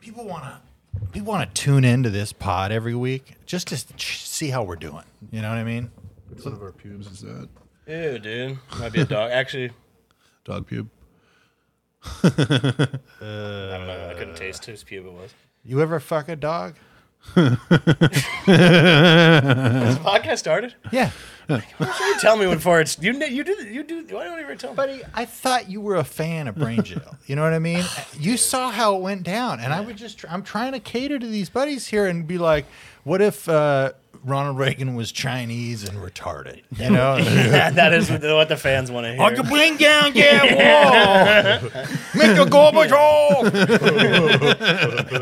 people want to people want to tune into this pod every week just to ch- see how we're doing. You know what I mean? One of our pubes is that Ew, dude. Might be a dog. Actually, dog pube. I don't know. I couldn't Uh. taste whose pube it was. You ever fuck a dog? Has the podcast started? Yeah, You tell me when for it's you. kn- You do. You do. Why don't you ever tell me? buddy. I thought you were a fan of Brain Jail. You know what I mean? You saw how it went down, and I would just tr- I'm trying to cater to these buddies here and be like, what if uh, Ronald Reagan was Chinese and retarded? You know. that is what the, what the fans want to hear. bring down your wall. Make a Gorbachev.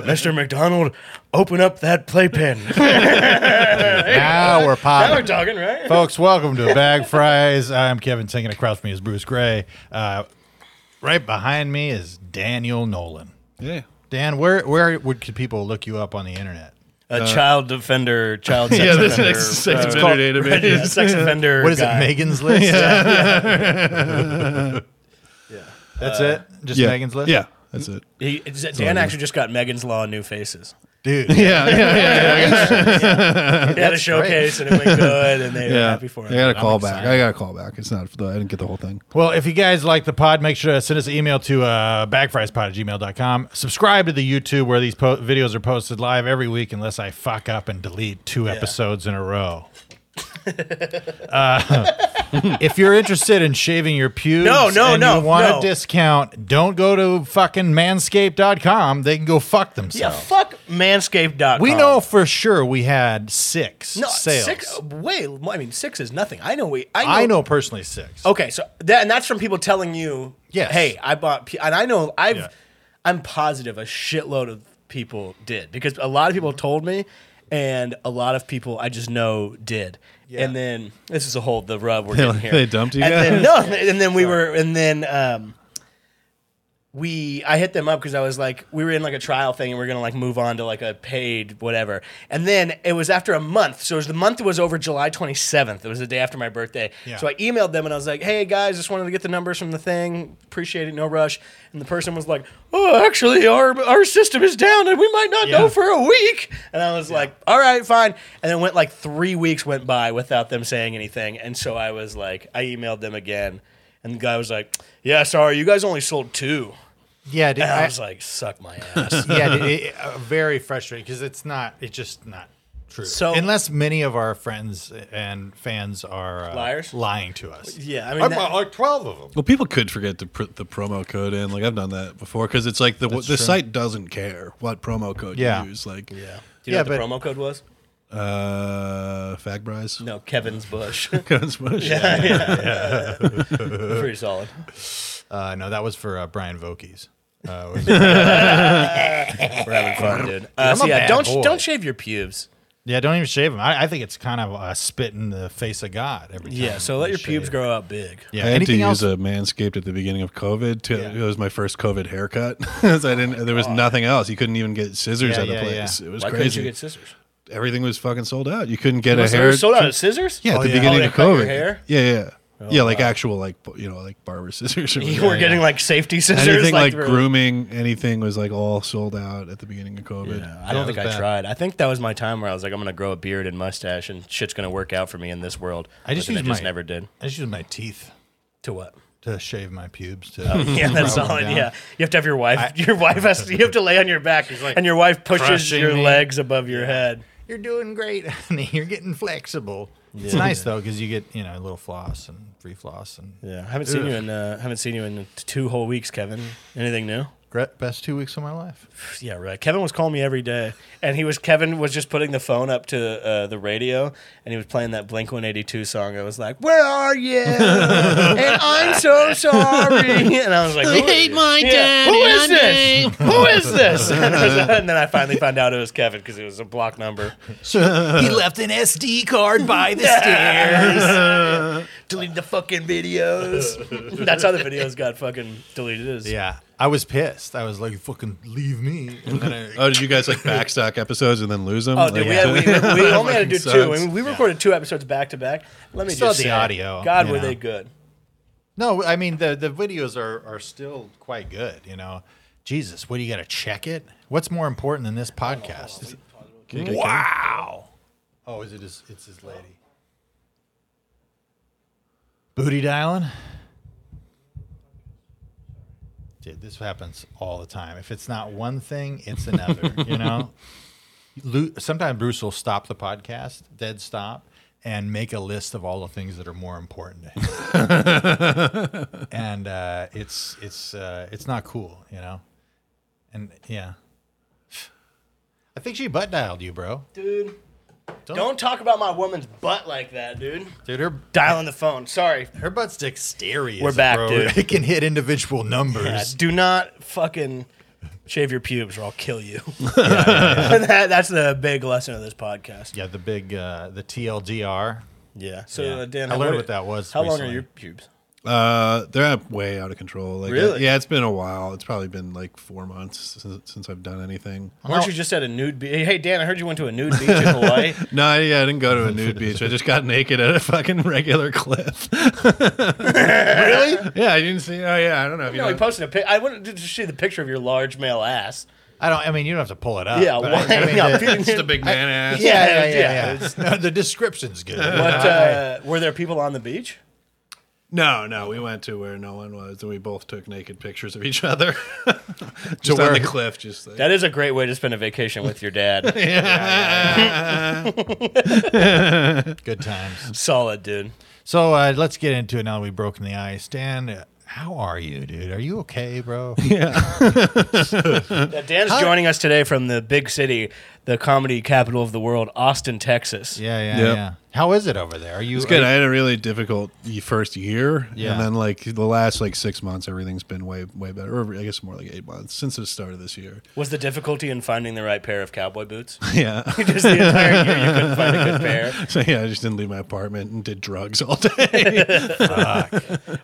Mr. McDonald, open up that playpen. Now we're now popping. we're talking, right? Folks, welcome to Bag Fries. I'm Kevin Singing. Across from me is Bruce Gray. Uh, right behind me is Daniel Nolan. Yeah. Dan, where where would could people look you up on the internet? A child defender, child sex Yeah, offender. this next sex uh, offender database. sex offender. What is guy. it? Megan's List. That's it. Just Yeah. Megan's List. Yeah, that's it. He, Dan actually just got Megan's Law New Faces. dude. Yeah, yeah, yeah, yeah. I got, They had a showcase and it went good, and they were yeah. happy for I him. got a I'm call back. excited. I got a call back. It's not. I didn't get the whole thing. Well, if you guys like the pod, make sure to send us an email to uh, bagfriespod at gmail.com. Subscribe to the YouTube where these po- videos are posted live every week, unless I fuck up and delete two episodes in a row. uh, if you're interested in shaving your pubes No, no, and no, you want no. a discount, don't go to fucking manscaped.com. They can go fuck yeah, themselves. fuck manscaped.com. we know for sure we had six no, sales. six. Oh, Wait, I mean, six is nothing. I know we. I know. I know personally six. Okay, so that and that's from people telling you, Yes. hey, I bought, P-, and I know I've, Yeah. I'm positive a shitload of people did because a lot of people told me, and a lot of people I just know did. And then this is a whole the rub we're getting here. they dumped you and guys? Then, no, and then we were, and then um, we I hit them up because I was like, we were in like a trial thing and we are gonna like move on to like a paid whatever. And then it was after a month, so it was the month was over July 27th. It was the day after my birthday. Yeah. So I emailed them and I was like, hey guys, just wanted to get the numbers from the thing. Appreciate it, no rush. And the person was like, oh, actually, our our system is down and we might not Yeah. know for a week. And I was like, all right, fine. And then went like three weeks went by without them saying anything. And so I was like, I emailed them again. And the guy was like, "Yeah, sorry, you guys only sold two. Yeah, dude, And I- I was like, suck my ass. yeah, it, it, uh, very frustrating because it's not. It's just not true. So- unless many of our friends and fans are uh, Liars? lying to us. yeah, I mean, that- like twelve of them. Well, people could forget to put the promo code in. Like I've done that before because it's like the the true. site doesn't care what promo code Yeah. you use. Like yeah, do you know yeah, what the promo code was? uh, Fagbrise. No, Kevin's Bush. Kevin's Bush. Pretty solid. Uh, no, that was for uh, Brian Vokes. Uh, We're having fun, dude. Uh, I'm so a yeah, bad don't boy. don't shave your pubes. yeah, don't even shave them. I, I think it's kind of a spit in the face of God every time. Yeah, so let you your shave. pubes grow out big. Yeah, I had to anything else? use a manscaped at the beginning of COVID. To, Yeah. It was my first COVID haircut. so I didn't. There was nothing else. You couldn't even get scissors Yeah, at a yeah, place. yeah. It was Why couldn't crazy. you get scissors? Everything was fucking sold out. You couldn't get a So they hair. sold out of scissors? Yeah, at Oh, the yeah. beginning Oh, of they cut your COVID. hair? Oh, Yeah, yeah, yeah. Like actual, like you know, like barber scissors. Or You whatever. were getting like safety scissors, anything like, through- grooming, anything was like all sold out at the beginning of COVID. Yeah, I don't it think I was bad. tried. I think that was my time where I was like, I'm gonna grow a beard and mustache, and shit's gonna work out for me in this world. I just But then used it just my- never did. I just use my teeth To what? to shave my pubes. To Yeah, that's Rub 'em solid. down. Yeah, you have to have your wife. your wife has to. You have to lay on your back, and your wife pushes crushing your me. legs above your head. you're doing great, honey. You're getting flexible. It's nice though because you get you know a little floss and free floss and Yeah, I haven't seen you in. Uh, haven't seen you in t- two whole weeks, Kevin. Anything new? Gret- best two weeks of my life. Yeah, right. Kevin was calling me every day, and he was Kevin was just putting the phone up to uh, the radio, and he was playing that Blink One Eighty Two song. I was like, "Where are you?" and I'm so sorry. And I was like, "I hate my dad." Who is this? Who is this? And, I was- and then I finally found out it was Kevin because it was a block number. he left an SD card by the Delete the fucking videos. That's how the videos got fucking deleted. Is Yeah, I was pissed. I was like, "Fucking leave me!" And then I- Oh, did you guys like backstock episodes and then lose them? Oh, dude, we, had, we, we only had to do Fucking two. sucks. and we recorded two episodes back to back. Let me Still just the say, audio, God, you were know. they good? no, I mean the the videos are are still quite good. You know, Jesus, what do you got to check it? What's more important than this podcast? KKK. Wow. Oh, is it his? It's his lady. Booty dialing. Dude, this happens all the time. If it's not one thing, it's another. you know. Lu- Sometimes Bruce will stop the podcast, dead stop, and make a list of all the things that are more important to him. and uh, it's it's uh, it's not cool, you know. And yeah, I think she butt dialed you, bro. Dude. Don't talk about my woman's butt like that, dude. Dude, her Dialing the phone. Sorry. her butt's dexterous. We're back, bro. dude. It can hit individual Yeah, numbers. do not fucking shave your pubes or I'll kill you. that, that's the big lesson of this podcast. Yeah, the big uh, the TLDR. Yeah. So, Yeah. uh, Dan, I how- learned what that was How long are recently. your pubes? Uh, they're way out of control. Like, Really? yeah, it's been a while. It's probably been like four months since, since I've done anything. Weren't not- you just at a nude beach? Hey, Dan, I heard you went to a nude beach in Hawaii. No, I, yeah, I didn't go to a nude beach. I just got naked at a fucking regular cliff. really? Yeah, I didn't see. Oh, yeah, I don't know if you No, he know. posted a pic. I wanted to see the picture of your large male ass. I don't. I mean, you don't have to pull it up. Yeah, Uh, but why- I, I mean, yeah, the, dude. It's the big man ass. yeah, yeah, yeah, Yeah, yeah. yeah. It's- no, the description's good. But uh, were there people on the beach? No, no, we went to where no one was, and we both took naked pictures of each other. So just on the where- cliff, just like, That is a great way to spend a vacation with your dad. good times. Solid, dude. So uh, let's get into it now that we've broken the ice. Dan, uh, how are you, dude? Are you okay, bro? Uh, Dan's joining us today from the big city, the comedy capital of the world, Austin, Texas. Yeah, yeah, Yep. yeah. How is it over there? Are you It's good. Are I you, had a really difficult y- first year, Yeah. and then like the last like six months, everything's been way way better. Or I guess more like eight months since the start of this year. Was the difficulty in finding the right pair of cowboy boots? Yeah. Just the entire year you couldn't find a good pair. so yeah, I just didn't leave my apartment and did drugs all day.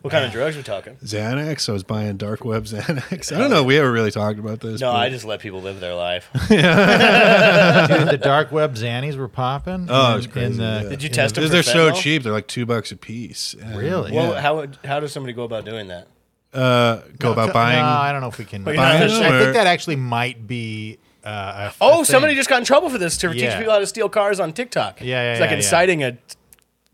What kind of drugs are we talking? Xanax. I was buying dark web Xanax. I don't know. if We ever really talked about this. No, but- I just let people live their life. dude, the dark web Xannies were popping. Oh, in- it was crazy. in the- yeah. Did you test them? They're, for they're so fentanyl? cheap. They're like two bucks a piece. And, Really? Yeah. Well, how would- how does somebody go about doing that? uh, go about buying. No, I don't know if we can. But you're not I Buying them, or- think that actually might be. Uh, a- a Oh, thing. somebody just got in trouble for this to teach Yeah. people how to steal cars on TikTok. Yeah, yeah, it's like yeah, yeah. inciting a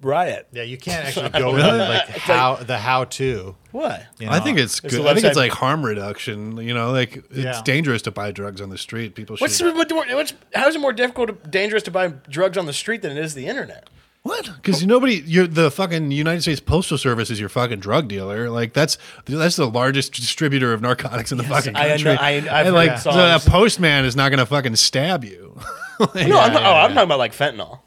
riot. Yeah, you can't actually go into like how the how to. What? You know? I think it's There's a good. I think website- it's like harm reduction. You know, like it's Yeah. dangerous to buy drugs on the street. People should. What's, what, what's how is it more difficult, dangerous to buy drugs on the street than it is the internet? What? Because nobody, you're the fucking United States Postal Service is your fucking drug dealer. Like that's that's the largest distributor of narcotics in the fucking I country. know- I- I've and heard like that the, song. a postman is not gonna fucking stab you. Like- No, I'm not, oh, I'm talking about like fentanyl.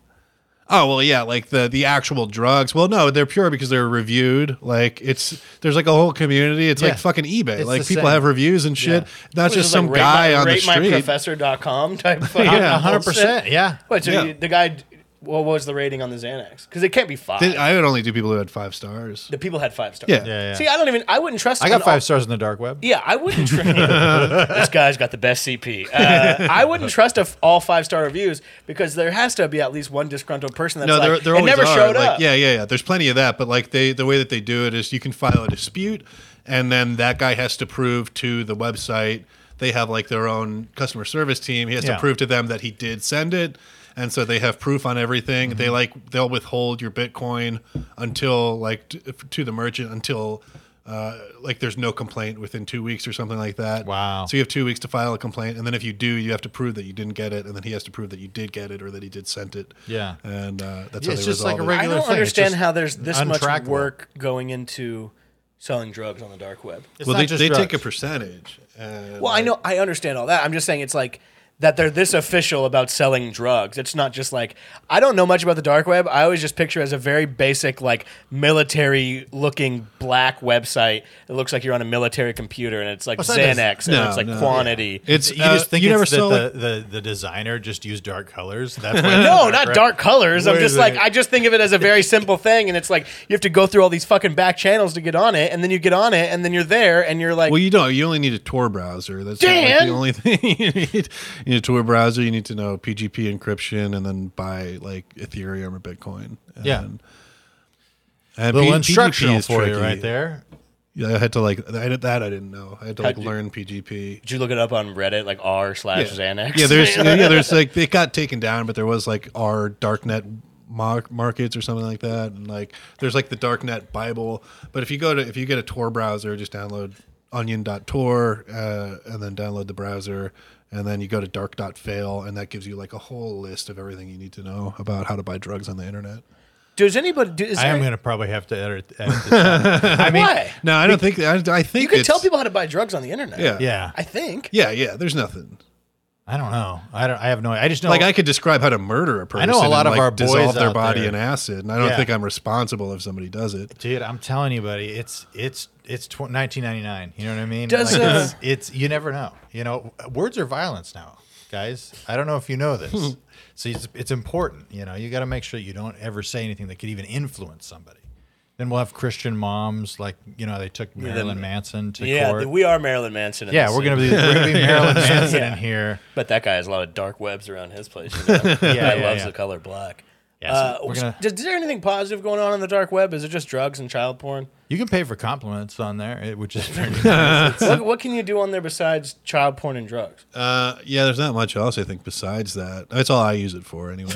Oh well, yeah, like the the actual drugs. Well, no, they're pure because they're reviewed. Like it's there's like a whole community. It's Yeah. like fucking eBay. It's like the people same. have reviews and shit. Yeah. Not Which just is, some like, guy rate my, on the rate my street. professor.com type. fucking Yeah. bullshit. 100%, yeah. Wait, so Yeah. you- the guy, what was the rating on the Xanax? Because it can't be five. They- I would only do people who had five stars. the people had five stars. Yeah. Yeah, yeah. See, I don't even. I wouldn't trust. I got an five stars in the dark web. Yeah, I wouldn't. Tr- this guy's got the best CP. Uh, I wouldn't trust a f- all five star reviews because there has to be at least one disgruntled person that's No, like, they're, they're it always never are. showed like, up. Yeah, yeah, yeah. There's plenty of that, but like they the way that they do it is you can file a dispute, and then that guy has to prove to the website they have like their own customer service team. He has Yeah. to prove to them that he did send it, and so they have proof on everything. They Mm-hmm. like they'll withhold your Bitcoin until like t- to the merchant until. Uh, like there's no complaint within two weeks or something like that. Wow. So you have two weeks to file a complaint, and then if you do, you have to prove that you didn't get it, and then he has to prove that you did get it or that he did send it. Yeah. And uh, that's Yeah, how it's they just like resolve a regu- it. regular I don't thing. It's understand just how there's this much untrackable. work going into selling drugs on the dark web. It's well, not they, just they drugs. take a percentage. and, Well, I like, know, I understand all that. I'm just saying it's like that they're this official about selling drugs. It's not just like I don't know much about the dark web. I always just picture it as a very basic, like military looking black website. It looks like you're on a military computer, and it's like sometimes- Xanax, and No, it's like no. quantity. It's Uh, you just think you it's never that saw the, like, the, the designer just used dark colors. That's why No, not web. dark colors. I'm Wait a just like minute. I just think of it as a very simple thing, and it's like you have to go through all these fucking back channels to get on it, and then you get on it, and then you're there, and you're like, well, you don't. You only need a Tor browser. That's not, like, Dan! the only thing you need. You need a Tor browser. You need to know PGP encryption, and then buy like Ethereum or Bitcoin. And, Yeah. and Little P- PGP instructional is for you tricky. right there. Yeah, I had to like I did, that. I didn't know. I had to like How'd you- learn PGP. Did you look it up on Reddit, like r slash Xanax? Yeah, there's yeah, there's like it got taken down, but there was like our darknet mar- markets or something like that, and like there's like the darknet Bible. But if you go to if you get a Tor browser, just download onion.tor uh, and then download the browser. And then you go to dark.fail, and that gives you like a whole list of everything you need to know about how to buy drugs on the internet. Does anybody? Do, is I am there- going to probably have to edit. edit this out. I mean, Why? No, I don't think I, I think You can it's- tell people how to buy drugs on the internet. Yeah, yeah, I think. yeah, yeah. There's nothing. I don't know. I don't. I have no. I just know. Like I could describe how to murder a person. I know a lot and, of like, our boys dissolve their out body there- in acid, and I don't Yeah. think I'm responsible if somebody does it. Dude, I'm telling you, buddy, it's it's it's tw- 1999. You know what I mean? Does, Like, uh, it's, it's you never know. You know, words are violence now, guys. I don't know if you know this, so it's, it's important. You know, you got to make sure you don't ever say anything that could even influence somebody. Then we'll have Christian moms, like you know, they took Marilyn Manson to Yeah, court. th- we are Marilyn Manson. In yeah, this we're gonna scene. be we're gonna be Marilyn Manson Yeah. in here. But that guy has a lot of dark webs around his place. You know? yeah, yeah, loves yeah. the color black. Yeah, so Uh, we're was- gonna- does- is there anything positive going on in the dark web? Is it just drugs and child porn? You can pay for compliments on there, it- which is what, what can you do on there besides child porn and drugs? Uh, yeah, there's not much else I think besides that. That's all I use it for anyway.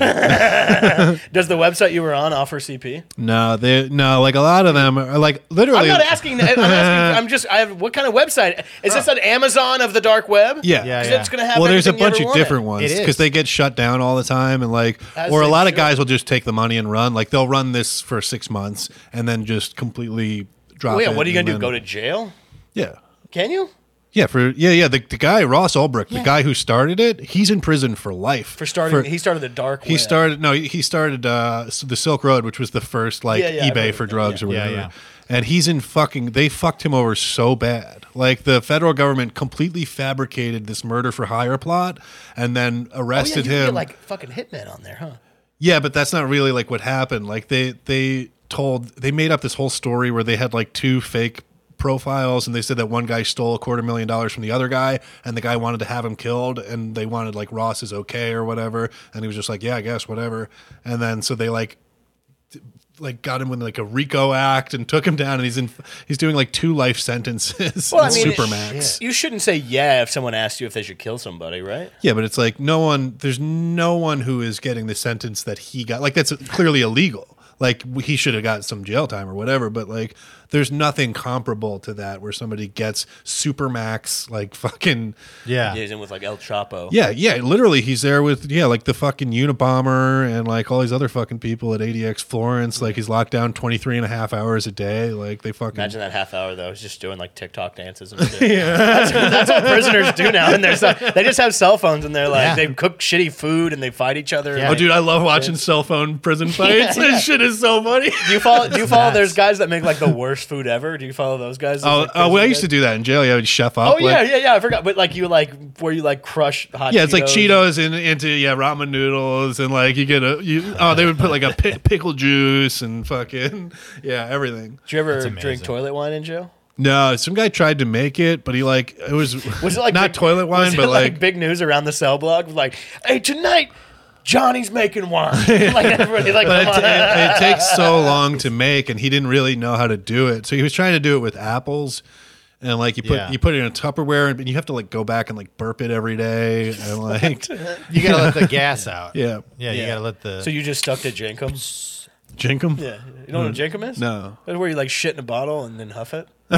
Does the website you were on offer CP? no, they no like a lot of them are like I'm literally. not asking. that. I'm asking. I'm just. I have. What kind of website is this? An Amazon of the dark web? Yeah. Yeah, Because yeah. it's going to have. well, there's a everything you bunch ever of different wanted. ones It is. because they get shut down all the time, and like, As or a they lot of should. guys will just take the money and run. Like they'll run this for six months and then just completely drop. Well, yeah. it What are you and going to do? Go then- to jail? yeah. Can you? Yeah, for yeah, yeah. The, the guy Ross Ulbricht, the guy who started it, he's in prison for life For starting, he started the dark. He web. started no, he started uh, s- the Silk Road, which was the first like Yeah, yeah, I eBay remember for that. drugs or Yeah, whatever. yeah. And he's in fucking. They fucked him over so bad. Like the federal government completely fabricated this murder for hire plot, and then Oh, yeah, you arrested can get, him. like fucking hitman on there, huh? Yeah, but that's not really like what happened. Like they they told they made up this whole story where they had like two fake profiles and they said that one guy stole a quarter million dollars from the other guy and the guy wanted to have him killed and they wanted like Ross is okay or whatever and he was just like yeah I guess whatever and then so they like t- like got him in like a RICO act and took him down and he's in he's doing like two life sentences Well, I in mean, it- supermax You shouldn't say yeah if someone asks you if they should kill somebody, right? yeah but it's like no one there's no one who is getting the sentence that he got like that's clearly illegal like he should have got some jail time or whatever but like there's nothing comparable to that where somebody gets supermax like fucking yeah. Yeah, he's in with like El Chapo. yeah yeah literally he's there with yeah like the fucking unibomber and like all these other fucking people at adx florence like he's locked down 23 and a half hours a day like they fucking Imagine that half hour though. He's just doing like TikTok dances and shit. that's, that's what prisoners do now. And they're so, they just have cell phones and they're like Yeah. they cook shitty food and they fight each other. Yeah. Oh, dude, I love watching cell phone prison fights. This shit is so funny. Do you follow? Do you follow? There's guys that make like the worst food ever. Do you follow those guys? Those, Oh, like, oh, well, I prison used to guys? do that in jail. Yeah, I would chef up. Oh yeah, yeah, yeah. I forgot. But like you like where you like crush hot. Yeah, it's like Cheetos in, into yeah ramen noodles and like you get a you oh they would put like a pi- pickle juice and fucking yeah everything. Did you ever amazing. drink toilet wine in jail? No, some guy tried to make it, but he like it was Was it like not big- toilet was wine, it but like, big news around the cell block? Like, hey, tonight Johnny's making wine. like everybody, like, but it, come on. it- it takes so long to make, and he didn't really know how to do it. So he was trying to do it with apples, and like you put Yeah. you put it in a Tupperware, and you have to like go back and like burp it every day, and like You got to let the gas out. yeah, Yeah, Yeah. you got to let the so you just stuck to Jenkum. jinkum. Yeah, you know what a Jenkum is? Mm. No. That's where you like shit in a bottle and then huff it.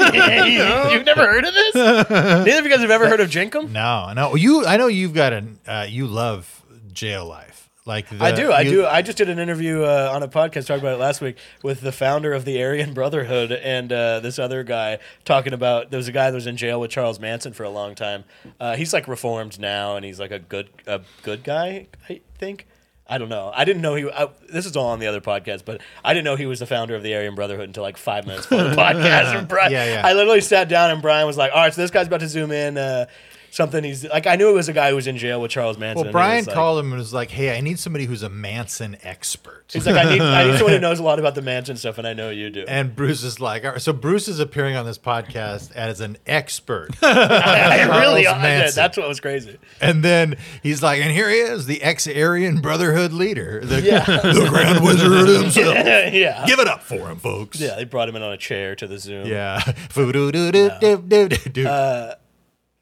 you, have never heard of this? Neither of you guys have ever heard of Jenkum. No, no. You, I know you've got an. Uh, you love jail life, like the, I do, I you- do. I just did an interview uh, on a podcast, talked about it last week, with the founder of the Aryan Brotherhood and uh, this other guy talking about there was a guy that was in jail with Charles Manson for a long time. Uh, he's like reformed now, and he's like a good, a good guy, I think. I don't know. I didn't know he. I, this is all on the other podcast, but I didn't know he was the founder of the Aryan Brotherhood until like five minutes before the podcast. And Brian, Yeah, yeah. I literally sat down, and Brian was like, "All right, so this guy's about to zoom in." Uh, something he's like. I knew it was a guy who was in jail with Charles Well, Manson. and he was Brian like- called him and was like, "Hey, I need somebody who's a Manson expert." He's like, I need, I need someone who knows a lot about the Manson stuff, and I know you do. And Bruce is like, all right, so Bruce is appearing on this podcast as an expert. I really, Charles I did. Manson. that's what was crazy. and then he's like, and here he is, the ex Aryan Brotherhood leader, the, Yeah. the Grand Wizard himself. yeah, Give it up for him, folks. yeah. They brought him in on a chair to the Zoom. Yeah. Foo-doo-doo-doo-doo-doo-doo. Uh,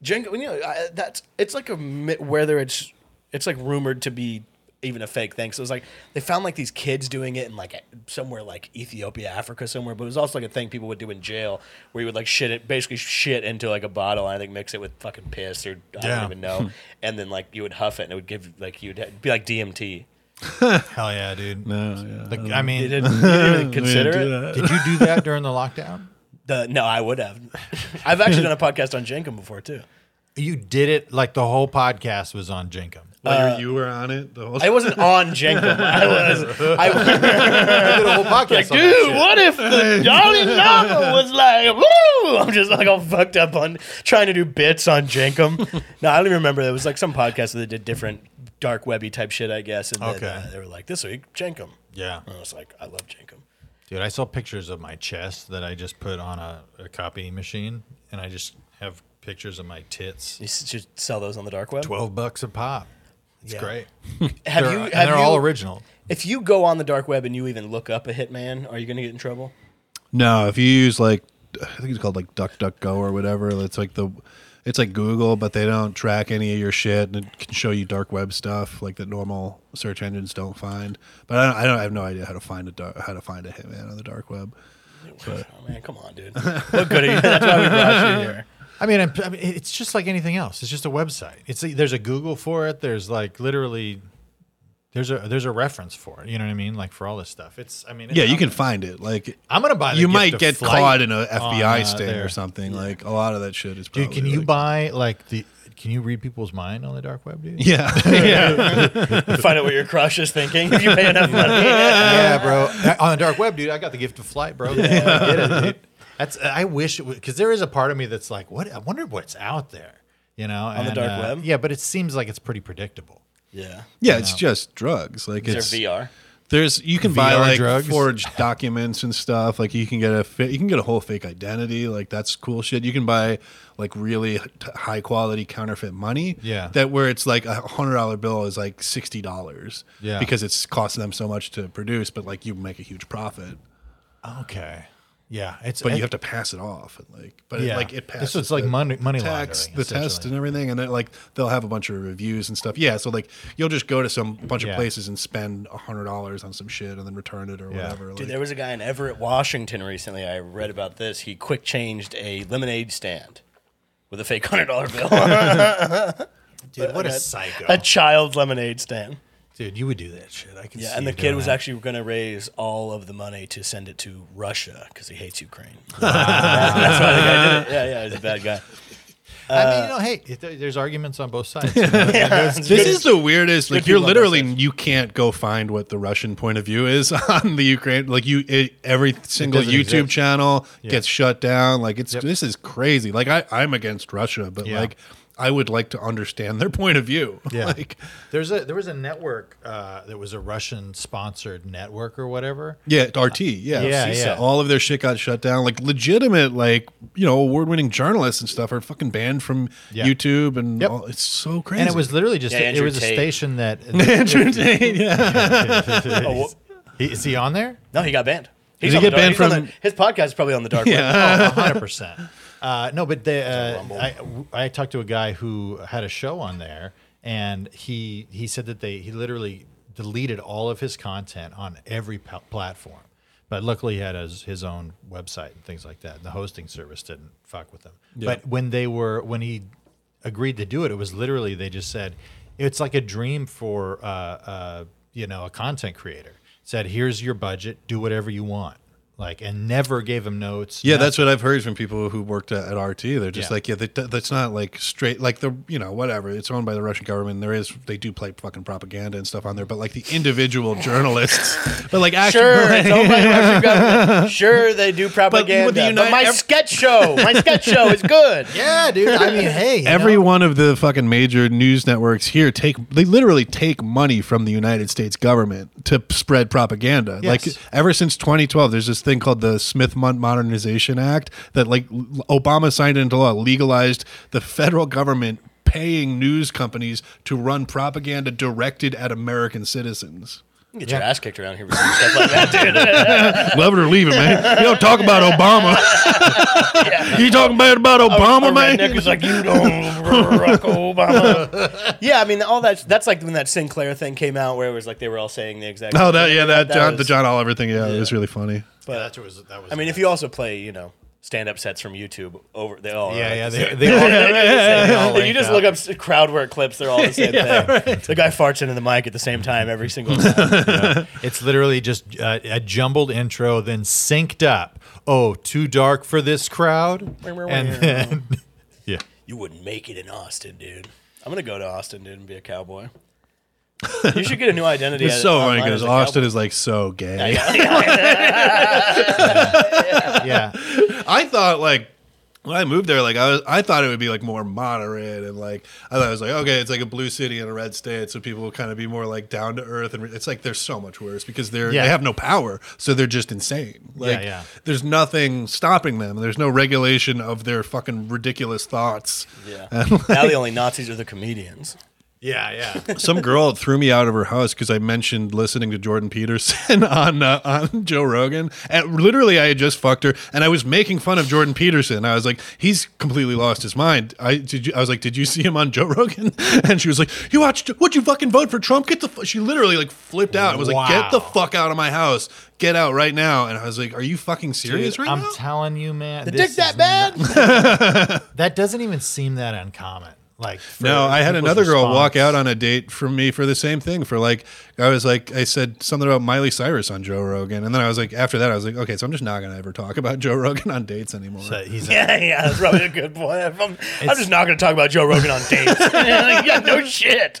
Jenga, you know, I, that's it's like a mi- whether it's it's like rumored to be even a fake thing. So it's like they found like these kids doing it in like eh, somewhere like Ethiopia, Africa, somewhere. But it was also like a thing people would do in jail where you would like shit it, basically shit into like a bottle. And I think mix it with fucking piss or I Yeah. don't even know. and then like you would huff it and it would give like you'd it'd be like DMT. Hell yeah, dude. No, yeah. Like, I mean, You did didn't, you didn't even consider do that. it. you do that during the lockdown? The, no, I would have. I've actually done a podcast on Jenga before too. You did it like the whole podcast was on Jinkum. Well, you you were on it the whole Uh, I time. wasn't on Jenga. I was. I, I did a whole podcast on that Dude, shit. what if the Dalai Lama was like, woo? I'm just like all fucked up on trying to do bits on Jenkum. no, I don't even remember. There was like some podcast that did different dark webby type shit, I guess. And Okay. then uh, they were like, this week, Jenkum. Yeah. And I was like, I love Jenkum. Dude, I saw pictures of my chest that I just put on a, a copy machine, and I just have pictures of my tits. You s- should sell those on the dark web. Twelve bucks a pop. It's Yeah. great. Have they're, you, and have they're you- all original. If you go on the dark web and you even look up a hitman, are you going to get in trouble? No, if you use like I think it's called like DuckDuckGo or whatever. It's like the it's like Google, but they don't track any of your shit, and it can show you dark web stuff like that normal search engines don't find. But I don't, I, don't, I have no idea how to find a dar- how to find a hitman on the dark web. Oh, man, come on, dude. What good are you? That's why we brought you here. I mean, I'm- I mean, it's just like anything else. It's just a website. It's there's a Google for it. There's like literally, there's a there's a reference for it. You know what I mean? Like for all this stuff. It's I mean, it's Yeah, you can out find it. Like there. I'm gonna buy. The you gift might of get flight caught in a on, uh, FBI sting there. or something. Like a lot of that shit is. Probably Dude, can you like- buy like the? Can you read people's mind on the dark web, dude? Yeah, Find out what your crush is thinking if you pay enough money. yeah, bro. On the dark web, dude, I got the gift of flight, bro. I get it, dude. That's I wish it because there is a part of me that's like, what? I wonder what's out there, you know, on the dark web? Yeah, but it seems like it's pretty predictable. Yeah. yeah. It's just drugs. Like Is it's there VR? There's you can buy VR like drugs? forged documents and stuff. Like you can get a fa- you can get a whole fake identity. Like that's cool shit. You can buy like really h- high quality counterfeit money. Yeah. that where it's like a hundred dollar bill is like sixty dollars. Yeah. because it's costing them so much to produce, but like you make a huge profit, Okay. Yeah, it's but you have to pass it off. And like, but Yeah. it, like it passes. This is like the money money tax, laundering. the test, essentially. and everything, and then like they'll have a bunch of reviews and stuff. Yeah, so like you'll just go to some bunch Yeah. of places and spend a hundred dollars on some shit and then return it or whatever. Like, Dude, there was a guy in Everett, Washington recently. I read about this. He quick changed a lemonade stand with a fake hundred dollar bill. Dude, what a psycho. a child's lemonade stand. dude, you would do that shit. I can. Yeah, see and the you kid doing was that. actually going to raise all of the money to send it to Russia because he hates Ukraine. That's why the guy did it. Yeah, yeah, he's a bad guy. I mean, you know, hey, it, there's arguments on both sides. you know? This is the weirdest. Like you're people on both literally you can't go find what the Russian point of view is on the Ukraine. Like you, it, every single doesn't YouTube exist. channel gets shut down. Like it's Yep. this is crazy. Like I, I'm against Russia, but Yeah. like I would like to understand their point of view. Yeah. Like There's a there was a network uh, that was a Russian sponsored network or whatever. yeah, RT. Yeah, Yeah, CSAT. yeah. All of their shit got shut down. Like legitimate, like you know, award-winning journalists and stuff are fucking banned from Yeah. YouTube, and Yep. all, it's so crazy. And it was literally just Yeah, a- it Andrew was a Tate. station that Andrew Tate, yeah. Oh, wh- He- is he on there? no, he got banned. He's he on the get dark- banned he's on from- the- his podcast is probably on the dark web. Oh, 100%. Uh, no, but the, uh, I, I talked to a guy who had a show on there, and he he said that they he literally deleted all of his content on every p- platform. But luckily, he had his, his own website and things like that. The hosting service didn't fuck with him. But when they were when he agreed to do it, it was literally they just said it's like a dream for uh, uh, you know a content creator. Said here's your budget, do whatever you want. like and never gave him notes. Yeah, No- that's what I've heard from people who worked at, at RT. They're just Yeah. like, yeah, that, that's not like straight, like the you know whatever. It's owned by the Russian government. There is they do play fucking propaganda and stuff on there, but like the individual journalists, but like actually, Sure, it's owned by the Russian government. Sure, they do propaganda. But, United- my ev- sketch show, my sketch show is good. yeah, dude. I mean, hey, you every know? one of the fucking major news networks here take they literally take money from the United States government to p- spread propaganda. Yes. Like ever since 2012, there's this thing called the Smith Mo- Modernization Act that like l- Obama signed into law, legalized the federal government paying news companies to run propaganda directed at American citizens. You get your ass kicked around here with some stuff like that, Love it or leave it, man. You don't talk about Obama. you talking bad about Obama, dude. man? Neck is like you don't, Barack Obama. Yeah, I mean, all that. That's like when that Sinclair thing came out, where it was like they were all saying the exact. Oh, that yeah, that, John, was- the John Oliver thing. Yeah, it was really funny. Yeah, that's what was, that was. I mean, if you also play, you know, stand-up sets from YouTube over, they all. are yeah, like yeah, the they, same. they all, they all If you linked just up. look up s- crowd work clips, they're all the same thing. The guy farts into the mic at the same time every single time. It's literally just uh, a jumbled intro, then synced up. Oh, too dark for this crowd. And then, yeah, you wouldn't make it in Austin, dude. I'm gonna go to Austin, dude, and be a cowboy. You should get a new identity. It's at- so funny online because as a Austin is like so gay. yeah. I thought like when I moved there, like I was, I thought it would be like more moderate and like I thought it was like okay, it's like a blue city and a red state, so people will kind of be more like down to earth. And re- it's like they're so much worse because they're Yeah. they have no power, so they're just insane. Like yeah. there's nothing stopping them. There's no regulation of their fucking ridiculous thoughts. cowboy. Yeah. now the only Nazis are the comedians. Yeah, yeah. Some girl threw me out of her house because I mentioned listening to Jordan Peterson on uh, on Joe Rogan. And literally, I had just fucked her, and I was making fun of Jordan Peterson. I was like, "He's completely lost his mind." I did. You, I was like, "Did you see him on Joe Rogan?" And she was like, "You watched? Would you fucking vote for Trump? Get the." F-. She literally like flipped out. and was like, "Get the Wow. fuck out of my house! Get out right now!" And I was like, "Are you fucking serious right I'm now?" telling you, man. The this dick that is bad? That doesn't even seem that uncommon. Like for No, I had people's another girl walk response. out on a date from me for the same thing. For like, I was like, I said something about Miley Cyrus on Joe Rogan, and then I was like, after that, I was like, okay, so I'm just not gonna ever talk about Joe Rogan on dates anymore. So he's a- yeah, yeah, that's probably a good point. I'm, I'm just not gonna talk about Joe Rogan on dates. yeah, no shit.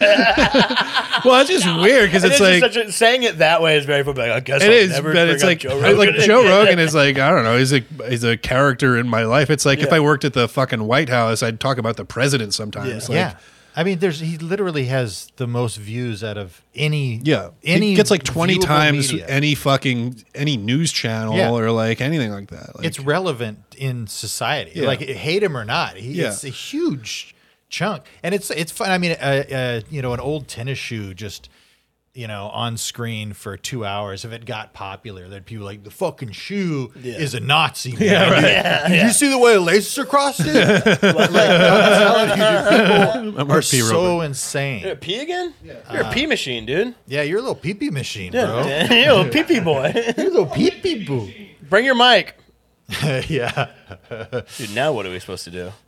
well, it's just weird because It's it's like. such a, saying it that way is very like I guess it I'll is, never but bring it's up like Joe Joe Rogan. like Joe Rogan is like I don't know, he's a he's a character in my life. It's like if Yeah. I worked at the fucking White House, I'd talk about the president sometimes. Like, yeah. I mean, there's he literally has the most views out of any. Yeah, any he gets like twenty viewable times media. any fucking any news channel Yeah. or like anything like that. Like, it's relevant in society. Yeah. Like hate him or not, he, Yeah. it's a huge chunk, and it's it's fun. I mean, uh, uh, you know, an old tennis shoe just you know on screen for two hours. If it got popular, there'd be like the fucking shoe is a Nazi. Man. Yeah, Did you see the way the laces are crossed? It? like, like, I'm telling you, dude, people are P. Roper. so insane. You're a pee again? You're Uh. a pee machine, dude. Yeah, you're a little pee pee machine, bro. You're a pee pee boy. You're a little pee pee boo. Bring your mic. yeah. Dude, now what are we supposed to do?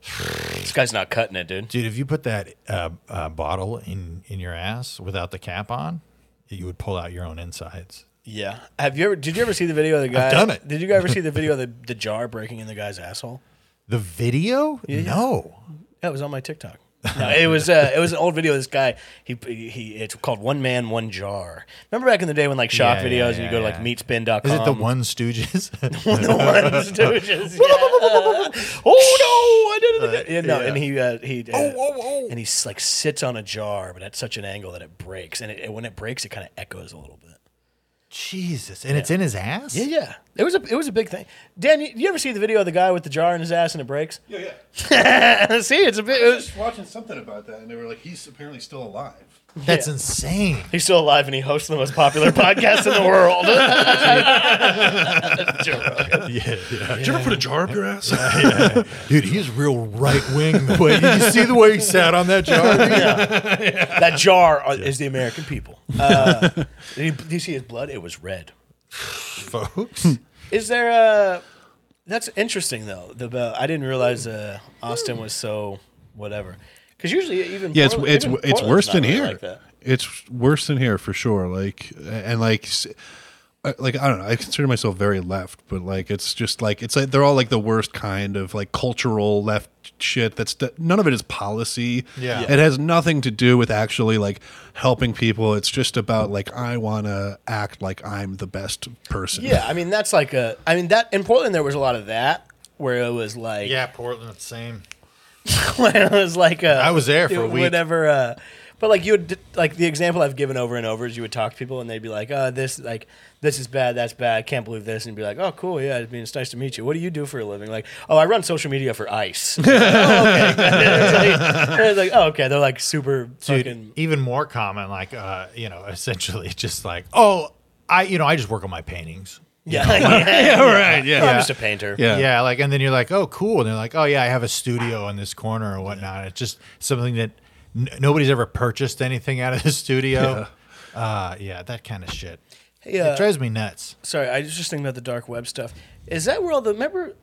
This guy's not cutting it, dude. Dude, if you put that uh, uh, bottle in in your ass without the cap on, you would pull out your own insides. Yeah. Have you ever? Did you ever see the video of the guy? done it. Did you ever see the video of the, the jar breaking in the guy's asshole? The video? No. That was on my TikTok. No, it was uh, it was an old video. of This guy he he it's called One Man One Jar. Remember back in the day when like shop Yeah, videos yeah, and you yeah, go to like yeah. meatspin.com. Is it the One Stooges? the ones to just- yeah. oh no, I did it again. yeah, no, and he uh, he Oh, uh, and he s- like sits on a jar, but at such an angle that it breaks, and it, and when it breaks, it kind of echoes a little bit. Jesus, and it's in his ass. Yeah, yeah, it was a it was a big thing. Dan, you, you ever see the video of the guy with the jar in his ass and it breaks? yeah, yeah. see, it's a bit. It was, just watching something about that, and they were like, he's apparently still alive. That's Yeah. insane. he's still alive and he hosts the most popular podcast in the world. Joe Rogan. Yeah, Did you ever put a jar up your ass? dude, he's real right wing. Wait, did you see the way he sat on that jar? that jar are- is the American people. Uh, do, you, do you see his blood? It was red. Folks, Is there a? That's interesting though. The uh, I didn't realize uh, Austin was so whatever. Because usually even yeah, it's Portland- it's even it's Portland's worse not than really here. like that. it's worse than here for sure. Like and like, s- I- like I don't know. I consider myself very left, but like it's just like it's like they're all like the worst kind of like cultural left shit. That's that, none of it is policy. Yeah. Yeah. it has nothing to do with actually like helping people. It's just about like I want to act like I'm the best person. Yeah, I mean that's like a. I mean that in Portland there was a lot of that where it was like Yeah, Portland, same. when it was like a, I was there for a week. Whatever. Uh, but like you would like the example I've given over and over is you would talk to people and they'd be like, "Oh, this like this is bad, that's bad. I can't believe this," and you'd be like, "Oh, cool, yeah. I mean, it's nice to meet you. What do you do for a living?" Like, "Oh, I run social media for ICE." oh, okay. it's like, it's like, oh, okay. They're like super Dude, fucking. even more common, like uh, you know, essentially just like, oh, I you know, I just work on my paintings. Yeah, yeah, All right. Yeah. Oh, I'm Yeah. just a painter. Yeah. Yeah, like, and then you're like, oh, cool. And they're like, oh, yeah, I have a studio in this corner or whatnot. It's just something that n- nobody's ever purchased anything out of the studio. Yeah, uh, yeah that kind of shit. Yeah. It drives me nuts. sorry, I was just thinking about the dark web stuff. Is that where all the remember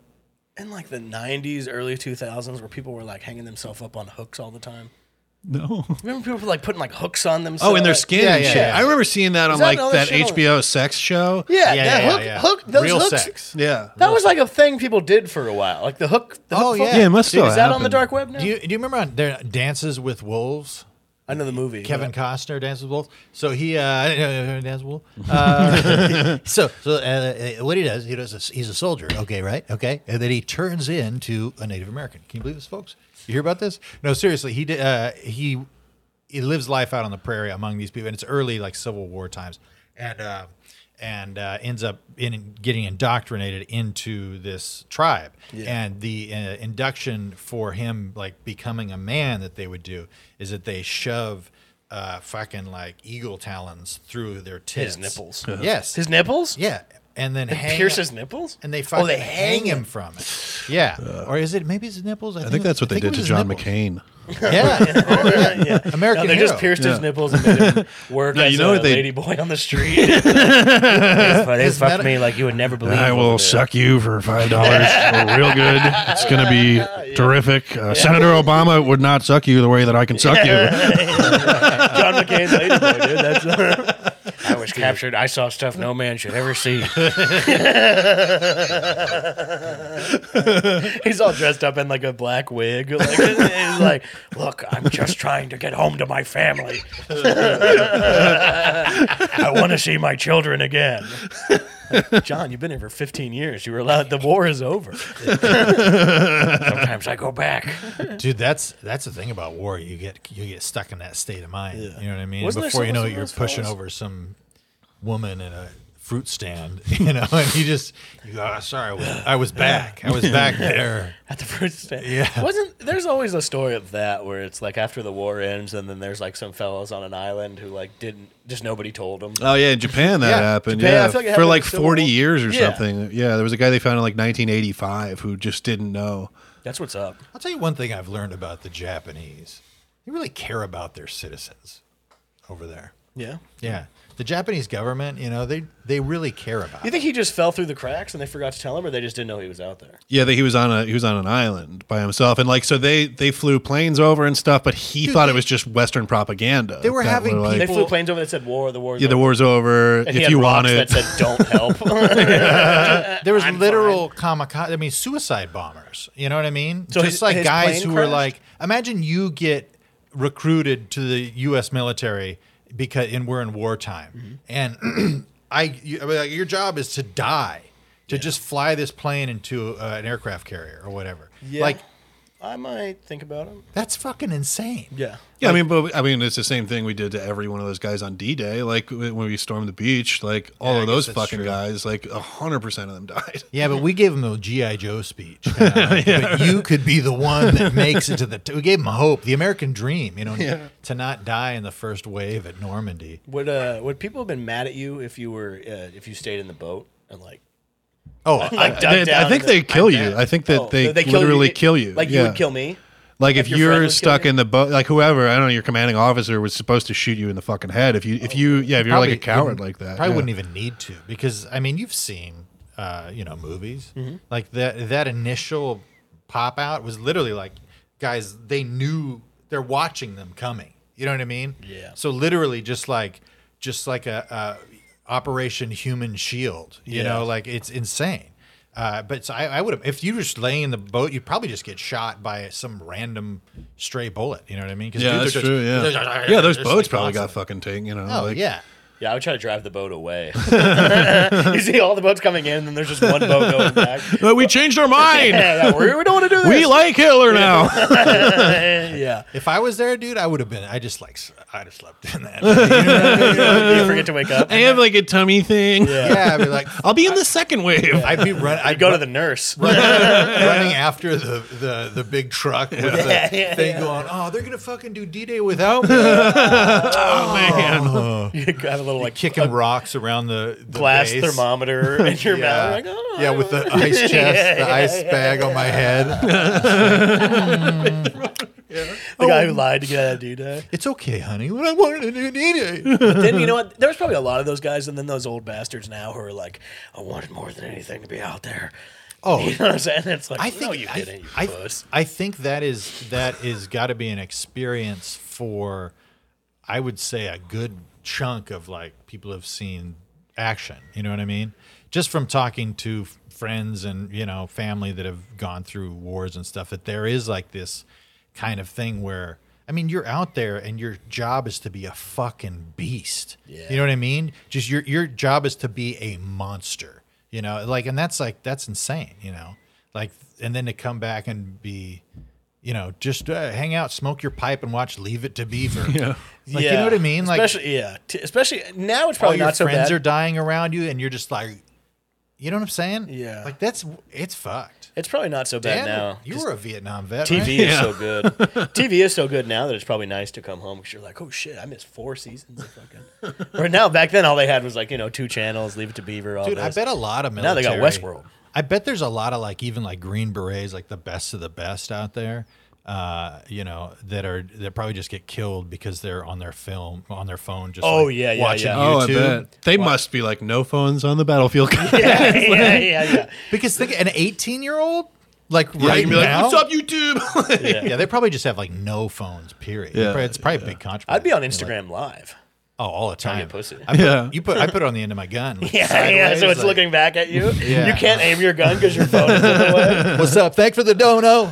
in like the '90s, early 2000s, where people were like hanging themselves up on hooks all the time? No. Remember people were like putting like hooks on themselves? Oh, and their skin yeah, and yeah, shit. yeah. I remember seeing that on that like all that that shit on- HBO sex show. Yeah, Yeah, that yeah, hook, yeah. hook, those Real hooks. sex. Yeah. That was like a thing people did for a while, like the hook. The Oh, hook yeah. photo. Yeah, it must Dude, still Is that on happen. the dark web now? Do you, do you remember on their Dances with Wolves? I know the movie. Kevin Costner dances with wolves. So he uh, dances with wolves. Uh, so so uh, uh, what he does, he does. A, he's a soldier. Okay, right. Okay, and then he turns into a Native American. Can you believe this, folks? You hear about this? No, seriously. He did. Uh, he he lives life out on the prairie among these people, and it's early like Civil War times, and uh, and uh, ends up in getting indoctrinated into this tribe. And the uh, induction for him like becoming a man that they would do is that they shove. Uh, fucking like eagle talons through their tits. His nipples. Yes. Uh-huh. His nipples? yeah. And then hang Pierce his nipples? and they fucking oh, they hang hang him from it. Yeah. or is it maybe his nipples? Uh, I think that's what I they think it did to was his John nipples. McCain. Yeah. yeah. American No, they just hero. pierced his Yeah. nipples and made him work No, as you know a what they- lady boy on the street. they fucked meta- me like you would never believe. I what will they did. suck you for five dollars, real good. It's gonna be terrific. Uh, Senator Obama would not suck you the way that I can suck you. John McCain's lady boy, dude. That's. I was captured. I saw stuff no man should ever see. He's all dressed up in like a black wig. Like, he's like, look, I'm just trying to get home to my family. I want to see my children again. Like, John, you've been here for 15 years. You were allowed. The war is over. Sometimes I go back. Dude, that's that's the thing about war. You get you get stuck in that state of mind. You know what I mean? Wasn't there Before you know something it, with you're those fellas? pushing over some woman in a fruit stand, you know, and you just you go, oh, sorry, I was, I was back. I was back there. At the fruit stand. Yeah. Wasn't there's always a story of that where it's like after the war ends and then there's like some fellows on an island who like didn't just nobody told them. Oh yeah, in Japan that Yeah, happened. Japan, I yeah, feel for like like it happened in the Civil forty War. years or Yeah. something. Yeah, there was a guy they found in like 1985 who just didn't know. That's what's up. I'll tell you one thing I've learned about the Japanese. They really care about their citizens over there. Yeah. Yeah. The Japanese government, you know, they they really care about. You think he just fell through the cracks and they forgot to tell him or they just didn't know he was out there? Yeah, that he was on a he was on an island by himself, and like so they they flew planes over and stuff, but he thought it was just Western propaganda. They were that having like, They people- flew planes over that said war, the war. yeah, the war's over. And he if had you want rocks it, that said don't help. There was I'm literal kamikaze. I mean, suicide bombers. You know what I mean? So Just his- like his guys plane who were crashed? like, imagine you get recruited to the U.S. military because, and we're in Mm-hmm. wartime, and I, you, I mean, like, your job is to die, to just fly this plane into uh, an aircraft carrier or whatever. yeah. Like I might think about him. that's fucking insane. Yeah. Yeah, I mean, but I mean, it's the same thing we did to every one of those guys on D Day. Like when we stormed the beach, like all Yeah, I of guess those that's fucking true. guys, like hundred percent of them died. Yeah, but we gave him the GI Joe speech. you know, But you could be the one that makes it to the. T- we gave him hope, the American dream. You know, to not die in the first wave at Normandy. Would uh would people have been mad at you if you were uh, if you stayed in the boat and like Oh, I, like dug They- down I think in the- they kill you. dead. I think that Oh, they, kill literally kill you. Like you Yeah. would kill me. Like if, if your friend you're was killing stuck you? in the boat, like whoever, I don't know, your commanding officer was supposed to shoot you in the fucking head. If you, Oh, if you, yeah, if you're like a coward wouldn't- like that, Probably yeah. wouldn't even need to because I mean you've seen, uh, you know, movies Mm-hmm. like that. That initial pop out was literally like, guys, they knew they're watching them coming. You know what I mean? Yeah. So literally, just like, just like a. a Operation Human Shield. You Yeah. know, like it's insane. Uh, but so I, I would have, if you were just laying in the boat, you'd probably just get shot by some random stray bullet. You know what I mean? 'Cause Yeah, dudes are that's just- true. Yeah, yeah. Those boats probably got fucking taken. You know, Oh like, yeah. Yeah, I would try to drive the boat away. you see all the boats coming in, and there's just one boat going back. But we changed our mind. Yeah, like, we we don't want to do this. we like Hitler now. yeah. If I was there, dude, I would have been. I just like s- I'd have slept in that. You know what I mean? you forget to wake up. I have like a tummy thing. yeah, I'd be like, I'll be in the second wave. I'd be run. I'd You go to the nurse. running after the, the the big truck with Yeah, the yeah, thing yeah. going. Oh, they're gonna fucking do D Day without me. oh man. you have a little like Kicking rocks around the, the glass base. thermometer in your mouth. Yeah. Like, oh, yeah, I with don't the know. ice chest, Yeah, the yeah, ice yeah. bag on my head. Oh, the guy who lied to get out of D-Day. It's okay, honey. What I wanted to do D Day. But then you know what? There was probably a lot of those guys, and then those old bastards now who are like, I wanted more than anything to be out there. Oh, You know what I'm saying? It's like, I think no, you I, didn't. You I, puss. I think that is that is got to be an experience for, I would say a good chunk of like people have seen action. You know what I mean? Just from talking to f- friends and you know family that have gone through wars and stuff, that there is like this kind of thing where. I mean, you're out there, and your job is to be a fucking beast. You know what I mean? Just your your job is to be a monster. You know, like, and that's like that's insane. You know, like and then to come back and be you know just uh, hang out smoke your pipe and watch leave it to beaver yeah like you know what i mean like especially, yeah, T- especially now it's all probably your not so friends bad. are dying around you and you're just like you know what i'm saying Yeah. like that's it's fucked it's probably not so Dan, bad now. you 'cause were a vietnam vet TV right? is so good. TV is so good now that it's probably nice to come home because you're like, oh shit, I missed four seasons. Of fucking. Where now back then all they had was like you know two channels, Leave It to Beaver, all dude i this. bet a lot of Now they military got Westworld. i bet there's a lot of like even like green berets like the best of the best out there uh, you know that are that probably just get killed because they're on their film on their phone just Oh, like, yeah, yeah, watching yeah. Oh, I YouTube. bet they must be like no phones on the battlefield. yeah, yeah, yeah, yeah, Because think an 18 year old, like right you'd be now. like, "What's up, YouTube?" yeah. Yeah, they probably just have like no phones. Period. Yeah, it's probably a big controversy. I'd be on Like, Instagram Live. oh, all the time. get pussy. I put, Yeah. you put I put it on the end of my gun. like, Yeah, yeah. sideways, So it's like, looking back at you. Yeah. You can't aim your gun because your phone is in the way. What's up? Thanks for the dono.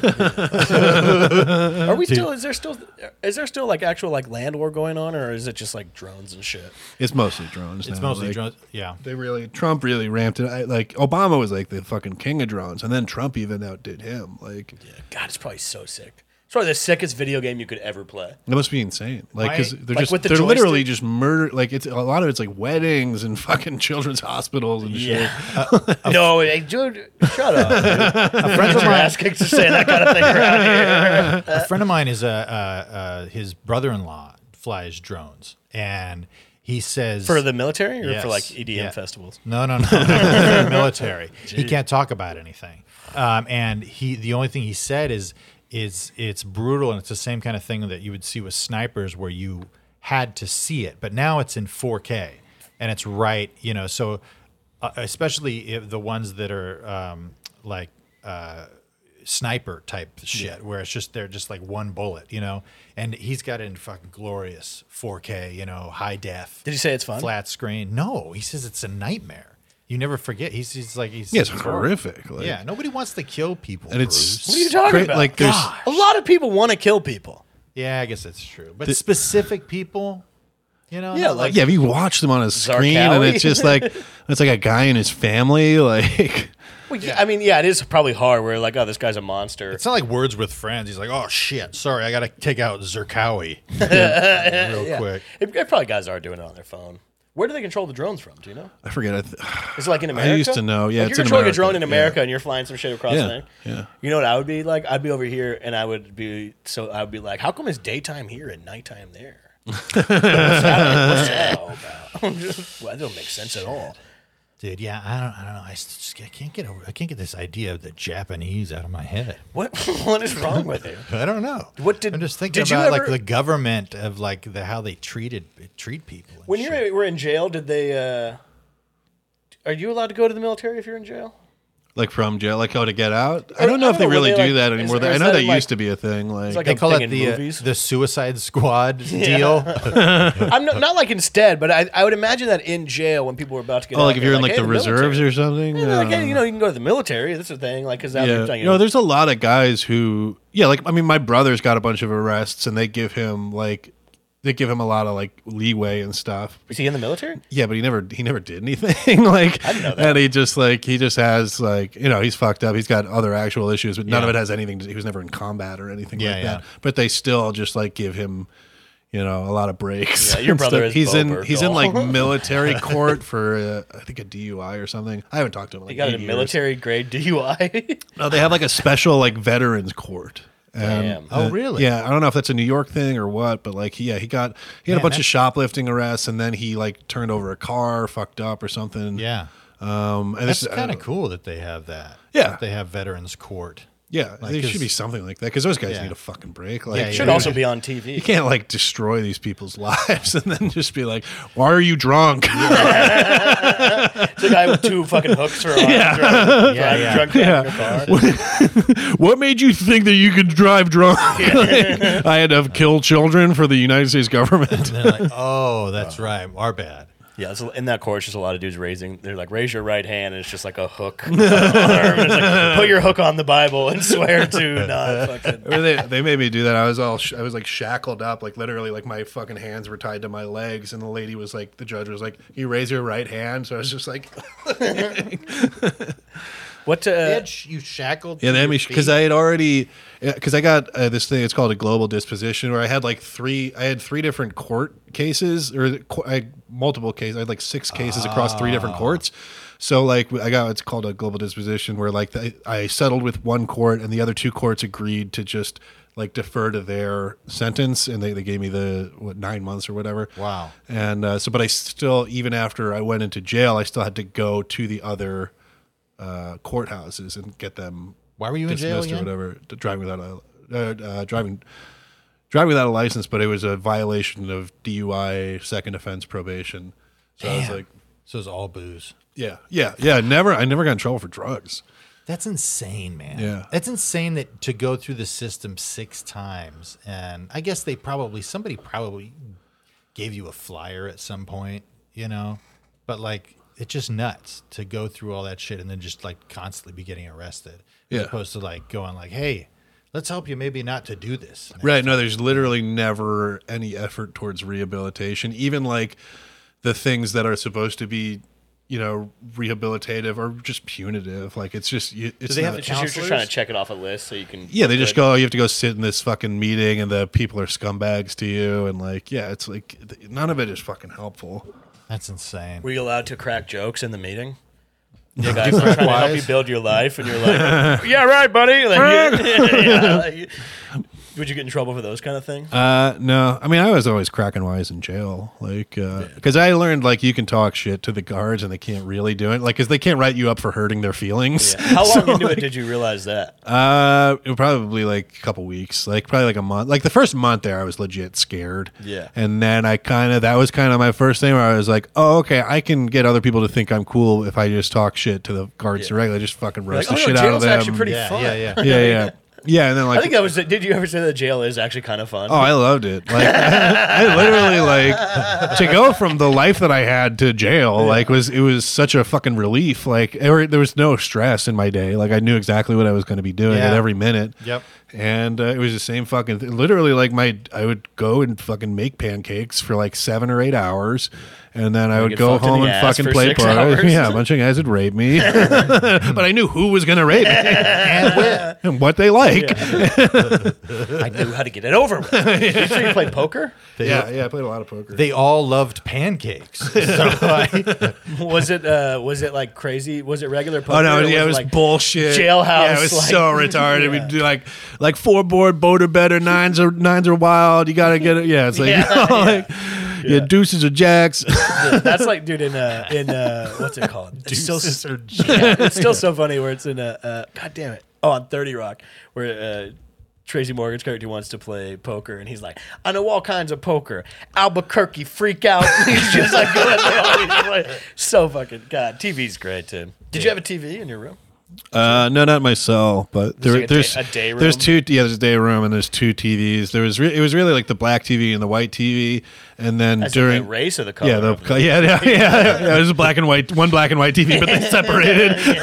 Are we still? Is there still? Is there still like actual like land war going on, or is it just like drones and shit? it's mostly drones. it's now, mostly like, drones. Yeah. They really Trump really ramped it. I, like Obama was like the fucking king of drones, and then Trump even outdid him. Like God, it's probably so sick. It's probably the sickest video game you could ever play. That must be insane. Like, Why- because they're like just with the they're literally joystick? just murder. Like, it's a lot of it's like weddings and fucking children's hospitals and shit. Uh, no, hey, dude, shut up. A friend Dude. of Your mine, ass kicks are saying that kind of thing around here. a friend of mine is a uh, uh, his brother in law flies drones, and he says For the military or Yes. for like EDM Yeah. festivals? No, no, no. For the military. He can't talk about anything. Um, and he, the only thing he said is, is it's brutal, and it's the same kind of thing that you would see with snipers, where you had to see it, but now it's in 4K, and it's right, you know. So, uh, especially if the ones that are um, like uh, sniper type shit where it's just they're just like one bullet, you know. And he's got it in fucking glorious 4K, you know, high def. Did he say it's fun? Flat screen. No, he says it's a nightmare. You never forget. He's, he's like he's Yeah, it's he's horrific. Like, Yeah, nobody wants to kill people. and it's Bruce. What are you talking cra- about? Like, there's God. A lot of people want to kill people. yeah, I guess that's true. But specific people, you know, Yeah, not like- yeah, if you watch them on a screen and Zarqawi? it's just like it's like a guy and his family. Like, Well, yeah. I mean, yeah, it is probably hard. Where you're like, oh, this guy's a monster. it's not like words with friends. He's like, oh shit, sorry, I got to take out Zerkawi real Yeah. quick. It, it probably guys are doing it on their phone. Where do they control the drones from? Do you know? I forget. I th- Is it like in I America? used to know, yeah, Like, it's you're in controlling a America, drone in yeah. America and you're flying some shit across Yeah, there. yeah. You know what I would be like? I'd be over here and I would be so I would be like, how come it's daytime here and nighttime there? What's that- what's that all about? well, that don't make sense at all. Dude, yeah, I don't, I don't know. I s- just I can't get over. I can't get this idea of the Japanese out of my head. What what is wrong with you? I don't know. What did- I'm just thinking did you about like ever- the government of like the how they treated treat people. and When shit. you were in jail, did they? uh Are you allowed to go to the military if you're in jail? like from jail, like how to get out. I don't know I if don't they know, were really they, do like- that is- anymore. or I is know that that in, like- used to be a thing. Like, like They a call thing it in the movies. uh, the Suicide Squad deal. I'm not, not like instead, but I, I would imagine that in jail when people were about to get oh, out, like if they're you're in like hey, the reserves military. or something. Yeah, like, I hey, don't you know, you can go to the military. That's the thing. Like, because that Yeah. you no, know, there's a lot of guys who, yeah, like, I mean, my brother's got a bunch of arrests and they give him, like, they give him a lot of, like, leeway and stuff. is he in the military? Yeah, but he never, he never did anything. like, didn't know that. and he just, like, he just has, like, you know, he's fucked up. He's got other actual issues, but none of it has anything to, he was never in combat or anything Yeah, like yeah. that. But they still just, like, give him, you know, a lot of breaks. Yeah, your and brother stuff. is He's Bo in, Bergdahl. he's in, like, military court for, uh, I think, a DUI or something. I haven't talked to him. in, Like, He got eight a years. military grade DUI. No, they have like a special like veterans court. Damn. Oh, uh, really? Yeah, I don't know if that's a New York thing or what, but like, yeah, he got he had Man, a bunch that- of shoplifting arrests, and then he like turned over a car, fucked up or something. yeah, um, and that's this is- kind I of don't- cool that they have that. Yeah. that they have Veterans Court. Yeah, Like, there 'cause- should be something like that because those guys Yeah. need a fucking break. Like, Yeah, Should yeah. also be on You TV. can't like destroy these people's lives and then just be like, "Why are you drunk?" It's a guy with two fucking hooks for arms. Yeah, Yeah, yeah. drunk Yeah. driving a car. what made you think that you could drive drunk? Like, I had to kill children for the United States government. And they're like, oh, that's right, our bad. Yeah, it's, in that course, just a lot of dudes raising. They're like, raise your right hand, and it's just like a hook. on the arm. It's like, Put your hook on the Bible and swear to not fucking. Remember they, they made me do that. I was all sh- I was like shackled up, like literally, like my fucking hands were tied to my legs, and the lady was like, the judge was like, "Can "You raise your right hand." So I was just like, What? Uh, you shackled. and then because I had already, because I got uh, this thing. It's called a global disposition, where I had like three, I had three different court cases, or qu- I had multiple cases. I had like six cases across three different courts. So like I got it's called a global disposition, where like the, I settled with one court, and the other two courts agreed to just like defer to their sentence, and they, they gave me the what nine months or whatever. Wow. And uh, so, but I still, even after I went into jail, I still had to go to the other uh, courthouses and get them Why were you in jail dismissed or again? whatever, to driving without a uh, uh, driving driving without a license, but it was a violation of DUI, second offense, probation. So I was like, So it's all booze. yeah, yeah, yeah. Never, I never got in trouble for drugs. That's insane, man. Yeah. That's insane that to go through the system six times. And I guess they probably, somebody probably gave you a flyer at some point, you know? But like, it's just nuts to go through all that shit and then just like constantly be getting arrested. Yeah. As opposed to like going like, hey, let's help you maybe not to do this. Right. No, there's literally never any effort towards rehabilitation. Even like the things that are supposed to be, you know, rehabilitative are just punitive. Like it's just, you- it's they have to not- it's just, you're just counselors? trying to check it off a list so you can. yeah, they just go, oh, you have to go sit in this fucking meeting and the people are scumbags to you. And like, yeah, it's like th- none of it is fucking helpful. That's insane. Were you allowed to crack jokes in the meeting? Yeah, you guys, we're crack trying to help wise? you build your life, and you're like, "Yeah, right, buddy." Like, yeah, like, would you get in trouble for those kind of things? Uh, no, I mean, I was always cracking wise in jail. Like, because I learned like you can talk shit to the guards and they can't really do it. Like, because they can't write you up for hurting their feelings. Yeah. How long So, into like- it did you realize that? Uh, it was probably like a couple weeks, like probably like a month. Like the first month there, I was legit scared. Yeah. and then I kind of that was kind of my first thing where I was like, oh, okay, I can get other people to think I'm cool if I just talk shit to the guards directly. I just fucking roast Like, the oh, no, shit out of jail's them. actually pretty Yeah, fun. yeah, yeah. yeah, yeah, yeah. And then like I think that was. Did you ever say that jail is actually kind of fun? Oh, I loved it. Like I literally like to go from the life that I had to jail. Like was it was such a fucking relief. Like every, there was no stress in my day. Like I knew exactly what I was going to be doing at Yeah. every minute. Yep. And uh, it was the same fucking. Th- literally, like my I would go and fucking make pancakes for like seven or eight hours, and then I would get go fucked in home the and ass fucking for play six poker. hours. Yeah, a bunch of guys would rape me, but I knew who was going to rape me And when? and what they like. I knew how to get it over with. You say you play poker? yeah, yeah. I played a lot of poker. They all loved pancakes. So I, Was it uh, was it like crazy? Was it regular poker? Oh no! or yeah, it was like- bullshit. jailhouse, Yeah, it was like- so retarded. Yeah. We'd do like like four board boater better nines are nines are wild. You gotta get it. Yeah, it's like, Yeah, like, yeah, deuces or jacks. That's like, dude, in uh, in uh, what's it called? It's still, Deuces or yeah, it's still so funny where it's in a uh, god damn it. Oh, on Thirty Rock, where uh, Tracy Morgan's character wants to play poker, and he's like, I know all kinds of poker. Albuquerque freak out. he's just like, going there, all these play- so fucking god. TV's great too. Did you have a TV in your room? Uh, no, not my cell, but there, like a day- there's a day there's room? two yeah there's a day room and there's two TVs. There was re- it was really like the black TV and the white TV, and then That's during during the race of the color. yeah the yeah yeah yeah, yeah, yeah it was black and white one black and white TV, but they separated. God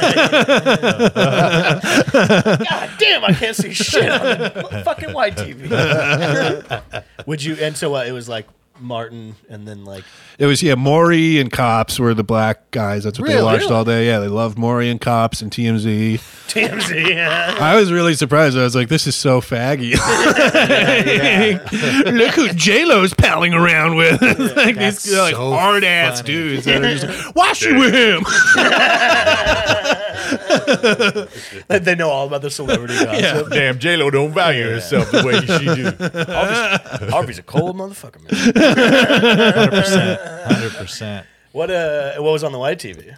damn, I can't see shit on the fucking white TV. Would you? And so uh, it was like Martin, and then like It was yeah, Maury and Cops were the black guys. That's what they Really? watched Really? all day. Yeah, they loved Maury and Cops and TMZ. TMZ. Yeah. I was really surprised. I was like, this is so faggy. Look who J Lo's palling around with. It's like these That's like so hard ass funny. dudes that are just like, why she with him? Like, they know all about the celebrity gossip. Damn, J Lo don't value herself the way she do. Harvey's, Harvey's a cold motherfucker, man. Hundred percent, hundred percent. What uh? What was on the white TV?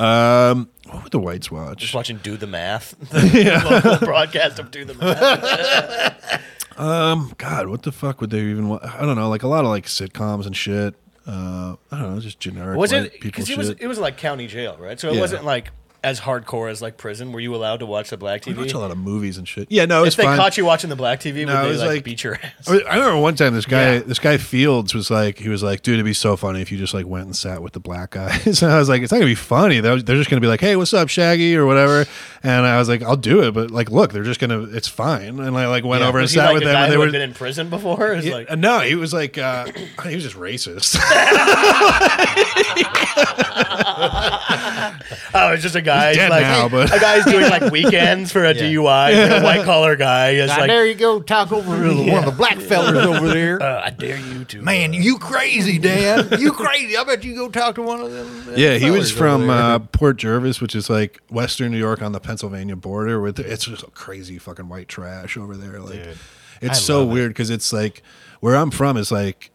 Um, what would the whites Just watch? watching Do the Math, the local broadcast of Do the Math. Um, God, what the fuck would they even? Wa- I don't know. Like a lot of like sitcoms and shit. Uh, I don't know, just generic Was white it people because shit. it was it was like county jail, right? So it Yeah. wasn't like as hardcore as like prison. Were you allowed to watch the black I watch a TV? lot of movies and shit. Yeah, no, it was If they fine. caught you watching the black TV, No, it would they was like, like- beat your ass? I mean, I remember one time this guy, Yeah. this guy Fields was like, he was like, dude, it'd be so funny if you just like went and sat with the black guys. And I was like, it's not gonna be funny. They're they're just gonna be like, hey, what's up, Shaggy or whatever. And I was like, I'll do it, but like, look, they're just gonna, it's fine. And I like went over and Was he sat like with a them, guy and they who were had been in prison before. It was yeah, like, uh, no, he was like, uh, he was just racist. oh, it's just a guy. dead like, now, but- a guy's doing like weekends for a DUI. he's a white collar guy. It's Now, like, there you go, talk over to the- one of the black fellas over there. "Uh, I dare you to. Man, you crazy, Dan. You crazy. I bet you go talk to one of them. uh, yeah, he was fellas over from there. uh, Port Jervis, which is like Western New York on the Pennsylvania border. With it's just crazy fucking white trash over there. Like, Dude, it's I so love it. weird because it's like where I'm from is like,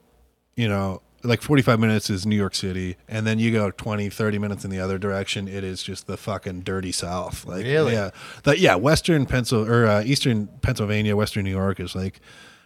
you know, like 45 minutes is New York City, and then you go 20, 30 minutes in the other direction. It is just the fucking dirty South. Like, Really? yeah, that yeah, Western Pencil or uh, Eastern Pennsylvania, Western New York is like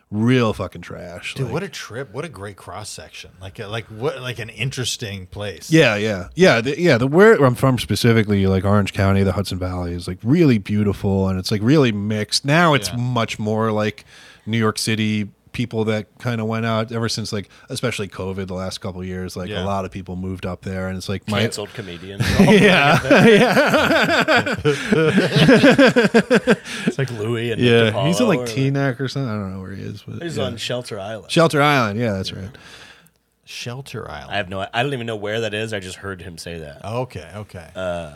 real fucking trash. Dude, Like, what a trip! What a great cross section! Like, a, like what? Like an interesting place. Yeah, yeah, yeah, the, yeah. The where I'm from specifically, like Orange County, the Hudson Valley is like really beautiful, and it's like really mixed. Now it's Yeah. much more like New York City people that kind of went out ever since like especially COVID the last couple of years. Like Yeah. a lot of people moved up there, and it's like my canceled comedian. yeah, it's like Louis and Nick yeah. He's in DiPaolo like or- Teaneck or something. I don't know where he is. But, He's yeah. on Shelter Island. Shelter Island. Yeah, that's right. Shelter Island. I have no. I don't even know where that is. I Uh, just heard him say Oh, that. okay, okay.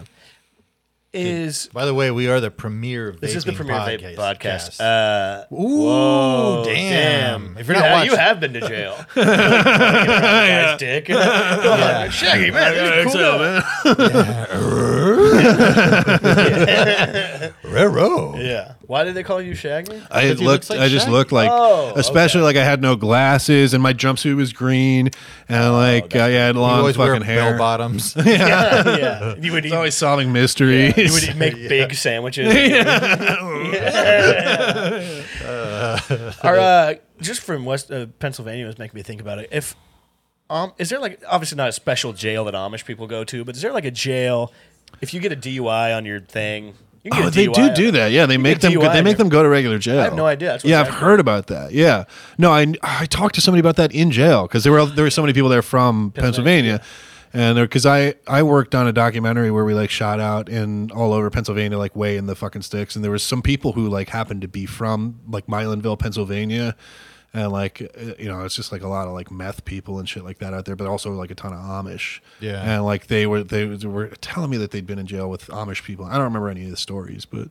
Is By the way, we are the premier. Vaping this is the premier podcast. vape podcast? Uh, Ooh, Whoa, damn. If you're you not have, you watching, have been to jail. Fucking guy's dick. Shaggy man, you cool guy. Rero. Yeah. Why did they call you Shaggy? I Because had he looked. looks like I just Shaq. looked like, Oh, especially like I had no glasses and my jumpsuit was green and Oh, like I had You long always wear fucking bell hair. bottoms. yeah. You would eat, It's always solving mysteries. you would eat- make big sandwiches. Yeah. Our, uh, just from West uh, Pennsylvania was making me think about it. If um, is there like obviously not a special jail that Amish people go to, but is there like a jail if you get a DUI on your thing? You can Oh, get a they DUI do on do it. that. Yeah, they make get them. Go, DUI they on make your- them go to regular jail. I have no idea. That's what yeah, I've Shaq heard about that. Yeah, no, I I talked to somebody about that in jail because there were there were so many people there from Pennsylvania, and there because I I worked on a documentary where we like shot out in all over Pennsylvania, like way in the fucking sticks, and there was some people who like happened to be from like Milanville, Pennsylvania. And like uh, you know, it's just like a lot of like meth people and shit like that out there, but also like a ton of Amish. Yeah. and like they were they were telling me that they'd been in jail with Amish people. I don't remember any of the stories, but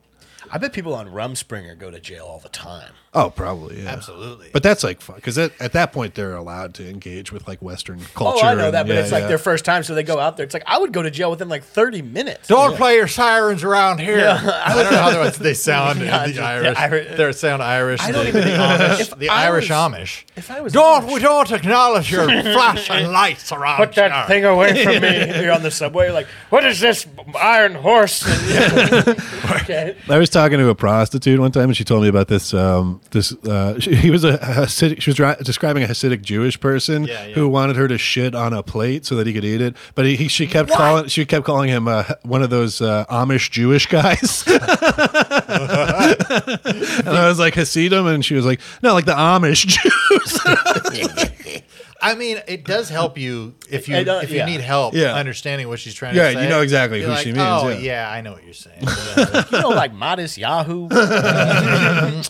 I bet people on Rumspringer go to jail all the time. Oh, probably. Yeah. Absolutely. But that's like fun because at that point they're allowed to engage with like Western culture. oh, I know that, and- but yeah, it's like yeah. their first time, so they go out there. It's like I would go to jail within like thirty minutes. Don't play your sirens around here. Yeah. I don't know how they're- they sound. in Yeah, the the- the Irish. Iri- they sound Irish. I don't the, even the think- Amish. if The I Irish was- Amish. if I was don't Irish- we don't acknowledge your flashing lights around Put that here. thing away from me. You're on the subway, like, what is this iron horse? okay. I was talking to a prostitute one time, and she told me about this. Um, this uh, she, he was a Hasidic. She was dri- describing a Hasidic Jewish person Yeah, yeah. who wanted her to shit on a plate so that he could eat it. But he, he she kept calling she kept calling him uh, one of those uh, Amish Jewish guys. and I was like Hasidim, and she was like, no, like the Amish Jews. I mean, it does help you if you It does, if you yeah. need help Yeah. understanding what she's trying Yeah, to you say. know exactly You're who like, she means, Oh, yeah. yeah, I know what you're saying. Whatever. you know, like modest Yahoo. that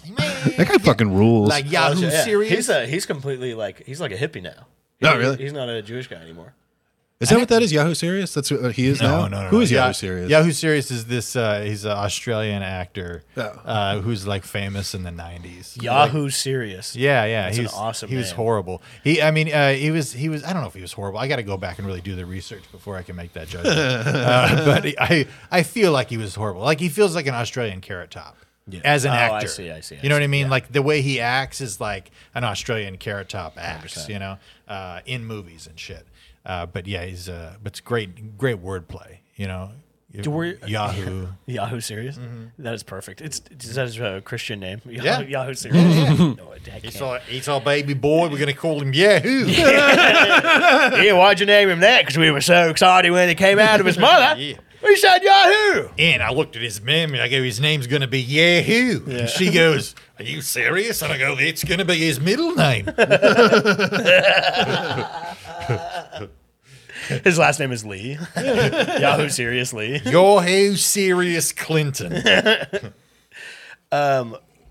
guy fucking rules. like Yahoo Yeah, serious. Oh, He's a, he's completely like he's like a hippie now. No, He- really? He's not a Jewish guy anymore. is that what that is? Yahoo Serious? That's what he is now. no, no, no. Who is no. Yahoo Yeah- Serious? Yahoo Serious is this. Uh, he's an Australian actor Oh. uh, who's like famous in the '90s. Yahoo serious. Yeah, yeah, That's he an was awesome He was name. horrible. He, I mean, uh, he was he was. I don't know if he was horrible. I got to go back and really do the research before I can make that judgment. uh, but he- I, I feel like he was horrible. Like he feels like an Australian carrot top as an Oh, I actor. see, I see, I you know what I see, mean? Like the way he acts is like an Australian carrot top acts. You know, uh, in movies and shit. Uh, but yeah, he's uh, but it's great, great wordplay. You know, we- Yahoo. Yahoo serious. That is perfect. It's is that his uh, Christian name? Yahoo, Mm-hmm. Yeah. Yahoo serious. no, I can't. He's our, he's our baby boy. We're gonna call him Yahoo. yeah, why'd you name him that? Because we were so excited when it came out of his mother. Yeah. We said Yahoo. And I looked at his mem and I go, his name's going to be Yahoo. And she goes, Are you serious? And I go, It's going to be his middle name. His last name is Lee. Yahoo serious Lee. Yahoo Serious Clinton.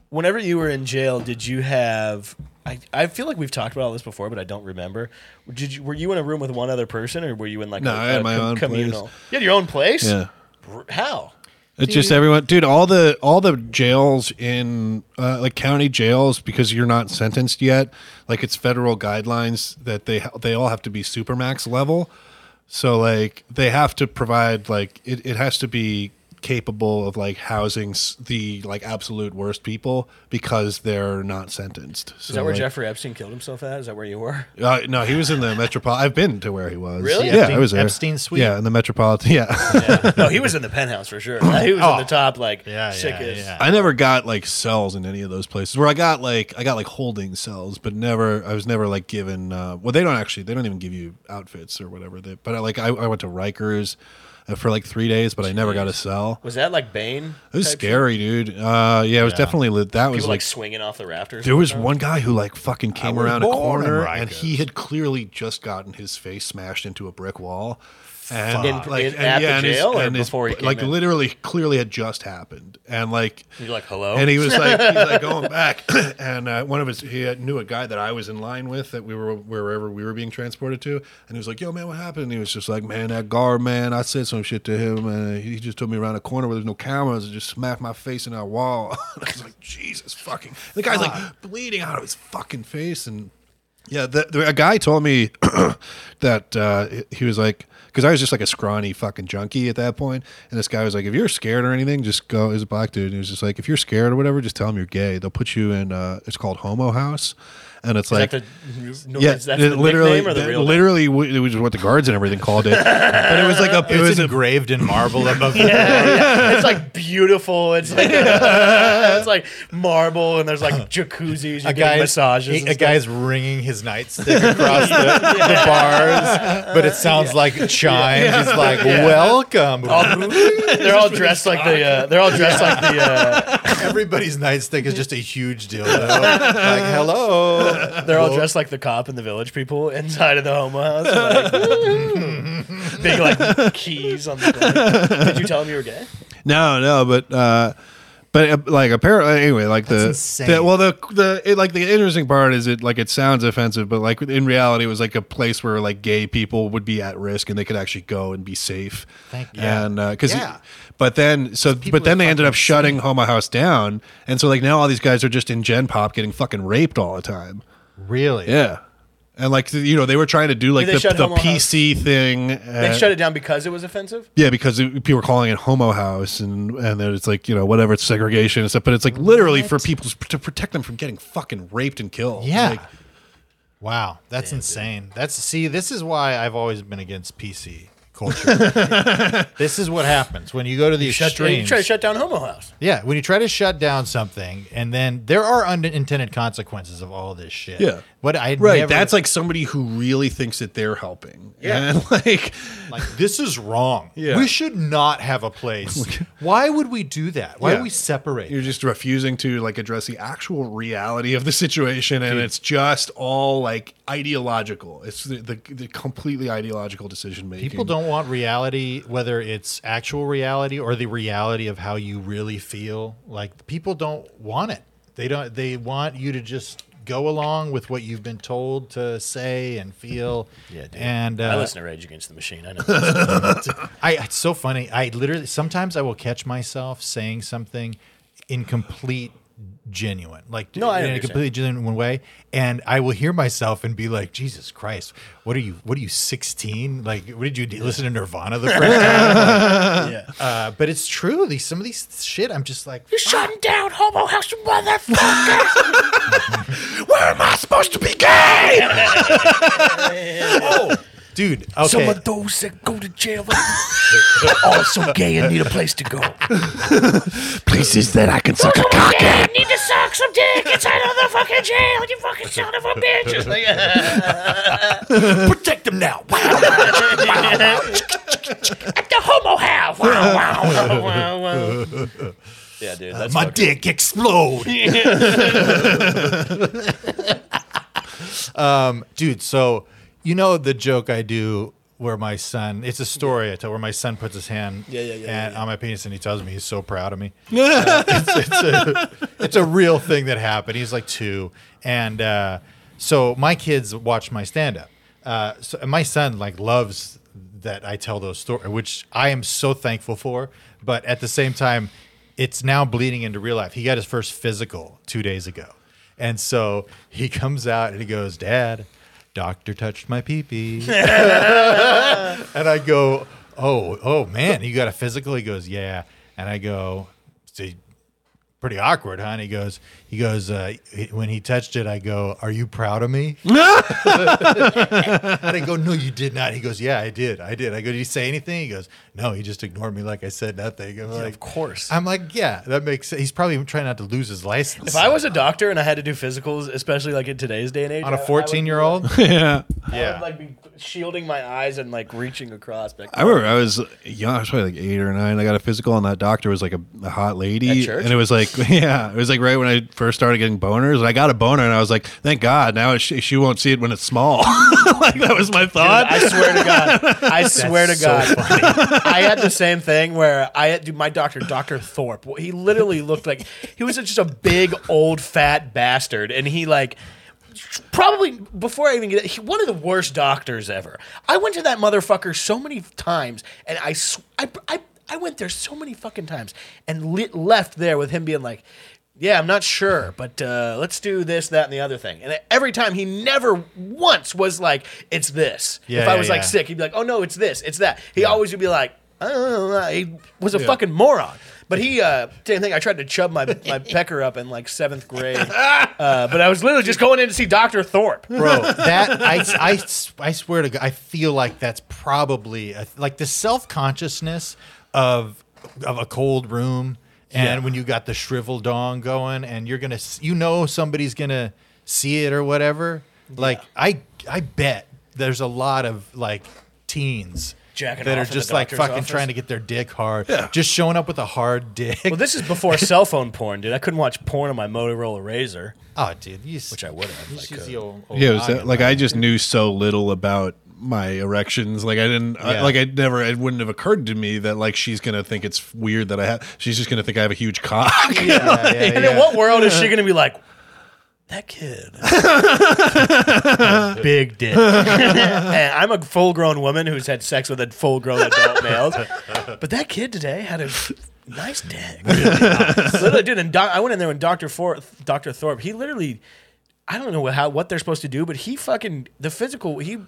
Whenever you were in jail, did you have? I, I feel like we've talked about all this before, but I don't remember. Did you were you in a room with one other person, or were you in like No, a, I had a my own place. You had your own place. Yeah. R- How? It's just everyone, dude. All the all the jails in uh, like county jails because you're not sentenced yet. Like it's federal guidelines that they they all have to be supermax level. So like they have to provide like it, it has to be capable of like housing s- the like absolute worst people because they're not sentenced. So, Is that where like, Jeffrey Epstein killed himself at? Is that where you were? Uh, no, he was in the metropolitan. I've been to where he was. Really? Yeah, I Epstein- was there. Epstein suite. Yeah, in the metropolitan. Yeah. no, he was in the penthouse for sure. He was in Oh. the top, like Yeah, yeah, sickest. yeah. I never got like cells in any of those places. Where I got like I got like holding cells, but never I was never like given. Uh, well, they don't actually they don't even give you outfits or whatever. They, but I, like I, I went to Rikers uh, for like three days, but I never got a cell. Was that like Bane? It was type scary, dude. Uh, yeah, it was definitely lit. That People was like, like. swinging off the rafters. there was one guy who like fucking came was around a born in corner and Rikers. he had clearly just gotten his face smashed into a brick wall. And In- like in- and, at the yeah, and his- jail or and his- before he came like in? literally clearly had just happened. And like You're like, hello. and he was like, he's like going back, and uh, one of his he had, knew a guy that I was in line with that we were wherever we were being transported to, and he was like, "Yo, man, what happened?" And he was just like, "Man, that guard, man, I said some shit to him, and he just took me around a corner where there's no cameras and just smacked my face in that wall." I was like, "Jesus fucking!" the guy's like bleeding out of his fucking face, and yeah, the, the, a guy told me that uh, he was like, because I was just like a scrawny fucking junkie at that point, and this guy was like, if you're scared or anything, just go. He's a black dude, and he was just like, if you're scared or whatever, just tell him you're gay. They'll put you in. Uh, it's called Homo House, and it's Is like. that the, no, yeah, is that it the literally, nickname or the it real name? literally, w- it was what the guards and everything called it. but it was like a, it was It's a engraved in marble above the it's like beautiful. It's like it's like marble, and there's like jacuzzis. You a get guy's- massages. he- and a stuff. guy's ringing his nightstick across the, the bars, but it sounds like chimes. He's like, "Welcome." Oh. they're all dressed like the. Uh, they're all dressed like the. Uh, Everybody's nightstick is just a huge dildo. like, hello. they're all dressed like the cop and the village people inside of the homo house. Like, big like keys on the. Door. Did you tell him you were gay? No, no, but uh, but uh, like apparently anyway, like the, That's insane. the well the the it, like the interesting part is it like it sounds offensive, but like in reality it was like a place where like gay people would be at risk and they could actually go and be safe. Thank you. you. And because Yeah. but then so people but then are they ended fucking up shutting Homo House down, and so like now all these guys are just in Gen Pop getting fucking raped all the time. Really? Yeah. And like you know, they were trying to do like they the, shut the Homo House- PC thing. They uh, shut it down because it was offensive. yeah, because it- people are calling it homo house, and and then it's like you know whatever it's segregation and stuff, but it's like literally for people to protect them from getting fucking raped and killed. Yeah. Like, wow, that's insane. That's see, this is why I've always been against PC culture. this is what happens when you go to the Shut, you extremes. try to shut down Homo House. yeah, when you try to shut down something, and then there are unintended consequences of all this shit. Yeah. what I Right. never, That's like somebody who really thinks that they're helping. Yeah. And like, like this is wrong. Yeah. Oh we should not have a place. Why would we do that? Why Yeah. are we separate? you're just refusing to like address the actual reality of the situation. And it's just all like ideological. It's the, the, the completely ideological decision making. People don't want reality, whether it's actual reality or the reality of how you really feel. Like people don't want it. They don't. They want you to just go along with what you've been told to say and feel. Yeah, dude. And uh, I listen to Rage Against the Machine. I know. this. I it's so funny. I literally sometimes I will catch myself saying something in complete genuine, like No, I in a understand. completely genuine way, and I will hear myself and be like, "Jesus Christ, what are you? What are you? Sixteen? Like, what did you do- listen to Nirvana the first time?" yeah. uh, but it's true. These some of these shit, I'm just like, Shut down Homo House, you motherfucker! Where am I supposed to be gay? oh, dude. Okay, those that go to jail are also gay and need a place to go. Places that I can suck a cock at. need to suck some dick inside of the fucking jail, you fucking son of a bitch. Just like, uh, protect them now. At the homo house. Wow, wow. wow, wow. Yeah, dude. That's My fucking- dick explode. um, dude, so you know the joke I do where my son it's a story I tell where my son puts his hand Yeah, yeah, yeah, yeah, and, yeah. on my penis and he tells me he's so proud of me. Uh, it's, it's a, it's a real thing that happened. He's like two. And uh, so my kids watch my stand up. Uh, so and my son like loves that I tell those stories, which I am so thankful for. But at the same time, it's now bleeding into real life. He got his first physical two days ago. And so he comes out and he goes, Dad, doctor touched my pee pee. And I go, oh, oh man, you got a physical? He goes, yeah. And I go, see, pretty awkward, huh? And he goes, he goes, uh, he- when he touched it, I go, are you proud of me? and I go, no, you did not. He goes, yeah, I did, I did. I go, did he say anything? He goes, no, he just ignored me like I said nothing. I'm like, of course. I'm like, yeah, that makes. sense. He's probably trying not to lose his license. If I was a doctor and I had to do physicals, especially like in today's day and age, on a I- I would- 14 year old, Yeah. I would like be shielding my eyes and like reaching across. Like, I remember I was young, I was probably like eight or nine. I got a physical, and that doctor was like a, a hot lady, At church? and it was like, yeah, it was like right when I first started getting boners. And I got a boner, and I was like, thank God, now she, she won't see it when it's small. like that was my thought. I swear to God. I swear to so God. I had the same thing where I had dude, my doctor, Dr. Thorpe, he literally looked like he was just a big old fat bastard. And he like probably before I even get he, one of the worst doctors ever. I went to that motherfucker so many times and I sw- I, I I went there so many fucking times and lit, left there with him being like yeah, I'm not sure, but uh, let's do this, that, and the other thing. And every time he never once was like, "It's this." Yeah, if I yeah, was yeah. like sick, he'd be like, "Oh no, it's this, it's that." He always would be like, "I don't know." He was a fucking moron. But he, uh, same thing. I tried to chub my my pecker up in like seventh grade, uh, but I was literally just going in to see Doctor Thorpe. bro that I, I, I swear to god i feel like that's probably a, like the self-consciousness of of a cold room and when you got the shrivel dong going and you're gonna s- you know somebody's gonna see it or whatever like i i bet there's a lot of like teens Jacking that off are in the just like doctor's fucking office. trying to get their dick hard just showing up with a hard dick Well, this is before cell phone porn, dude. I couldn't watch porn on my Motorola Razor, oh dude you s- which I would have. you Like, use uh, the old, old yeah, it was noggin, like right? I just knew so little about my erections. Like I didn't, I, Yeah. like I never, it wouldn't have occurred to me that like she's gonna think it's weird that I have. She's just gonna think I have a huge cock. yeah, yeah, and in yeah. what world is she going to be like? That kid, big dick. And I'm a full-grown woman who's had sex with a full-grown adult male, but that kid today had a nice dick. literally, dude. And doc, I went in there and Doctor For- Doctor Thorpe. He literally, I don't know how what they're supposed to do, but he fucking the physical he.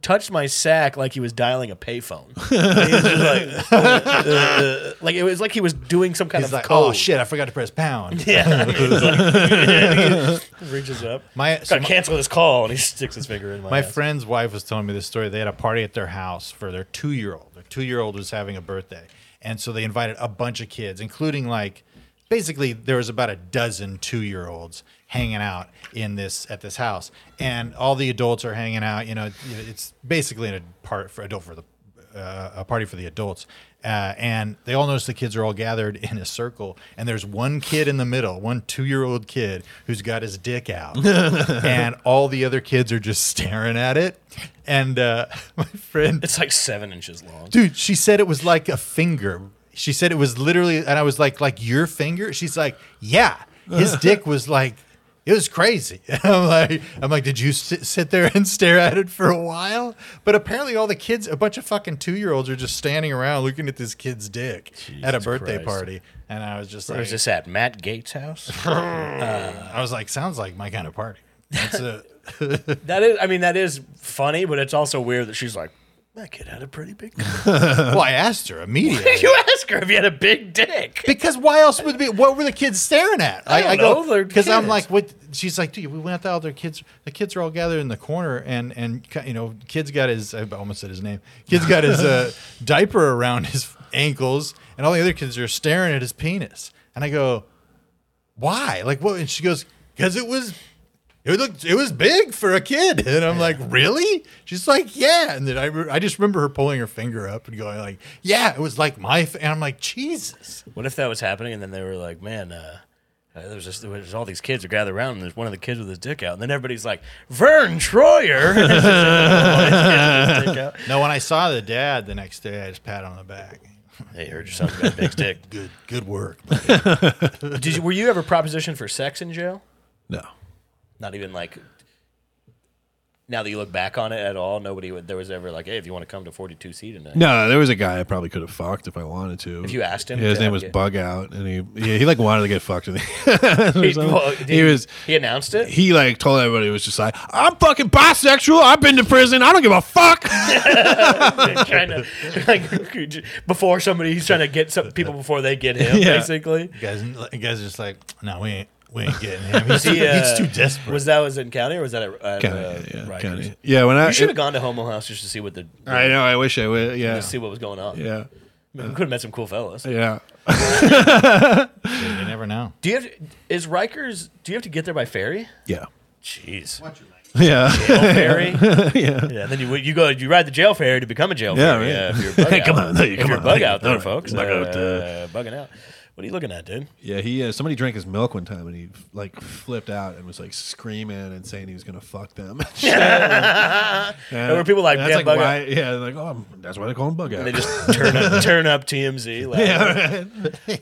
Touched my sack like he was dialing a payphone. He was just like, uh, like it was like he was doing some kind He's of like, code. oh shit, I forgot to press pound. Yeah. It's like- reaches up. My so Gotta my, cancel this call, and he sticks his finger in my. my ass. friend's wife was telling me this story. They had a party at their house for their two year old. two year old was having a birthday, and so they invited a bunch of kids, including like basically there was about a dozen two year olds hanging out in this at this house, and all the adults are hanging out. You know, it's basically an part for adult for the uh, a party for the adults. Uh, and they all notice the kids are all gathered in a circle, and there's one kid in the middle, one two-year-old kid who's got his dick out, and all the other kids are just staring at it. And uh, my friend, It's like seven inches long. dude, she said it was like a finger. She said it was literally, and I was like, like your finger. She's like, yeah, his dick was like. It was crazy. I'm like, I'm like, did you sit, sit there and stare at it for a while? But apparently, all the kids, a bunch of fucking two year olds, are just standing around looking at this kid's dick at a birthday Christ. party. And I was just Where like, is this at? Matt Gates' house? I was like, sounds like my kind of party. That's a, that is, I mean, that is funny, but it's also weird that she's like, that kid had a pretty big. well, I asked her immediately. you ask her if he had a big dick. Because why else would it be? What were the kids staring at? I don't know, they're because I'm kids. like, what? She's like, dude, we went out to all their kids. The kids are all gathered in the corner, and and you know, kids got his. I almost said his name. Kids got his uh, diaper around his ankles, and all the other kids are staring at his penis. And I go, why? Like what? And she goes, because it was. It looked, it was big for a kid, and I'm like, really? She's like, yeah, and then I, re- I just remember her pulling her finger up and going like, yeah, it was like my, f-. and I'm like, Jesus. What if that was happening and then they were like, man, uh, uh, there's just there's all these kids are gathered around and there's one of the kids with his dick out and then everybody's like Vern Troyer. And there's just, like, one of the kids with his dick out. No, when I saw the dad the next day, I just pat on the back. Hey, heard your son's got a big dick. Good, good work. Did you, were you ever propositioned for sex in jail? No. Not even like. Now that you look back on it at all, nobody would, there was ever like, hey, if you want to come to 42 C tonight. No, there was a guy I probably could have fucked if I wanted to. If you asked him, his yeah, name was yeah. Bug Out, and he yeah, he like wanted to get fucked. With me. He, well, He he was- He announced it. he like told everybody he was just like, I'm fucking bisexual. I've been to prison. I don't give a fuck. Uh, trying to like before somebody, he's trying to get some people before they get him. Yeah. Basically, You guys, you guys are just like, no, we ain't, we ain't getting him. He's too, He, uh, he's too desperate. Was that was in county or was that at, at Kinda, uh, yeah, Rikers? kinda. yeah. When I You should have gone to Homo House just to see what the I know. I wish I would. Yeah. see what was going on. Yeah. we could have met some cool fellas. Yeah. you never know. Do you have? Is Rikers? Do you have to get there by ferry? Yeah. Jeez, Yeah. ferry. yeah, yeah. Then you you go you ride the jail ferry to become a jail Yeah, ferry. right. uh, if you're a bug out. Come on, there you- if come you're on, a bug there you- out there, all right, folks. bug uh, out, uh, bugging out. What are you looking at, dude? Yeah, he uh, somebody drank his milk one time and he like flipped out and was like screaming and saying he was gonna fuck them. and there were people like, that's "Yeah, like bug why, yeah, like oh, I'm- that's why they call him bug out. They just turn up turn up TMZ.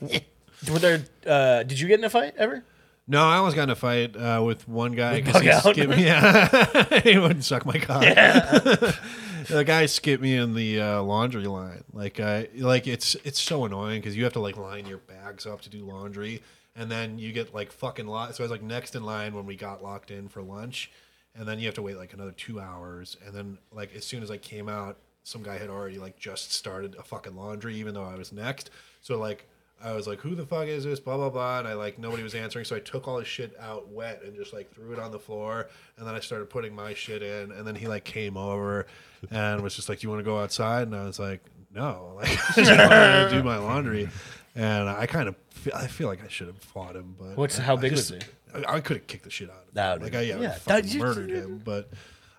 Like, Were there? Uh, did you get in a fight ever? no, I almost got in a fight uh, with one guy. 'cause Bug he Out? skipped me- yeah, he wouldn't suck my cock. the guy skipped me in the uh, laundry line. Like, uh, like it's it's so annoying because you have to like line your bags up to do laundry, and then you get like fucking locked. So I was like next in line when we got locked in for lunch, and then you have to wait like another two hours, and then like as soon as I came out, some guy had already like just started a fucking laundry, even though I was next. So like. I was like, "Who the fuck is this?" Blah blah blah, and I like nobody was answering, so I took all his shit out wet and just like threw it on the floor, and then I started putting my shit in, and then he like came over and was just like, "Do you want to go outside?" And I was like, "No, like I just wanted to do my laundry," and I kind of feel, I feel like I should have fought him, but What's- how big I was he? I, I could have kicked the shit out of him. That would- like I yeah, I yeah, fucking that- you- murdered him, but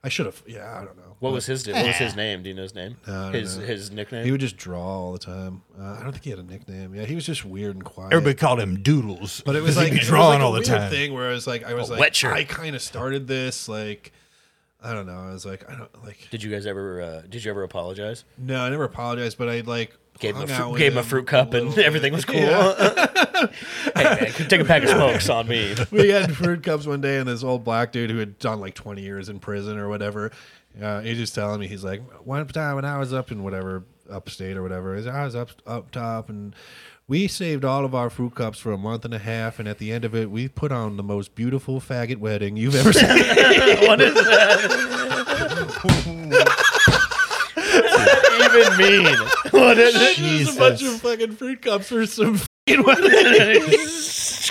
I should have. Yeah, I don't know. What was his? What was his name? Do you know his name? No, I don't his know. his nickname. He would just draw all the time. Uh, I don't think he had a nickname. Yeah, he was just weird and quiet. Everybody called him Doodles, But it was like he'd be it was drawing like a all the weird time. Thing where I was like, I was wet like, shirt. I kind of started this. Like, I don't know. I was like, I don't like. did you guys ever? Uh, did you ever apologize? No, I never apologized, but I like Gave him a hung fruit, out gave him a with fruit a cup and little bit. everything was cool. Yeah. hey man, take a pack of smokes on me. we had fruit cups one day, and this old black dude who had done like 20 years in prison or whatever, uh, he just telling me he's like, one time when I was up in whatever upstate or whatever, is I was up up top and. We saved all of our fruit cups for a month and a half, and at the end of it, we put on the most beautiful faggot wedding you've ever seen. what is that? what does that even mean? What is it? There's a bunch of fucking fruit cups for some fucking wedding. There's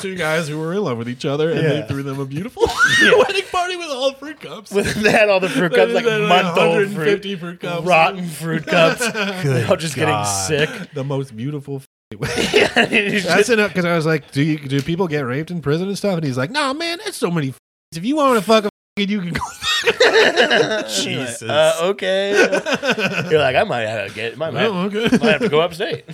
two guys who were in love with each other, and Yeah. they threw them a beautiful wedding party with all fruit cups. With that, all the fruit cups, like They had month old fruit, 150 fruit cups. rotten fruit cups. Good Y'all just God. getting sick. The most beautiful. It's That's just- enough because I was like, do you, do people get raped in prison and stuff? And he's like, nah, man, that's so many. f- If you want to fuck a, f- you can go. Jesus. uh, okay. You're like, I might have to get, might, might, Oh, okay. might have to go upstate.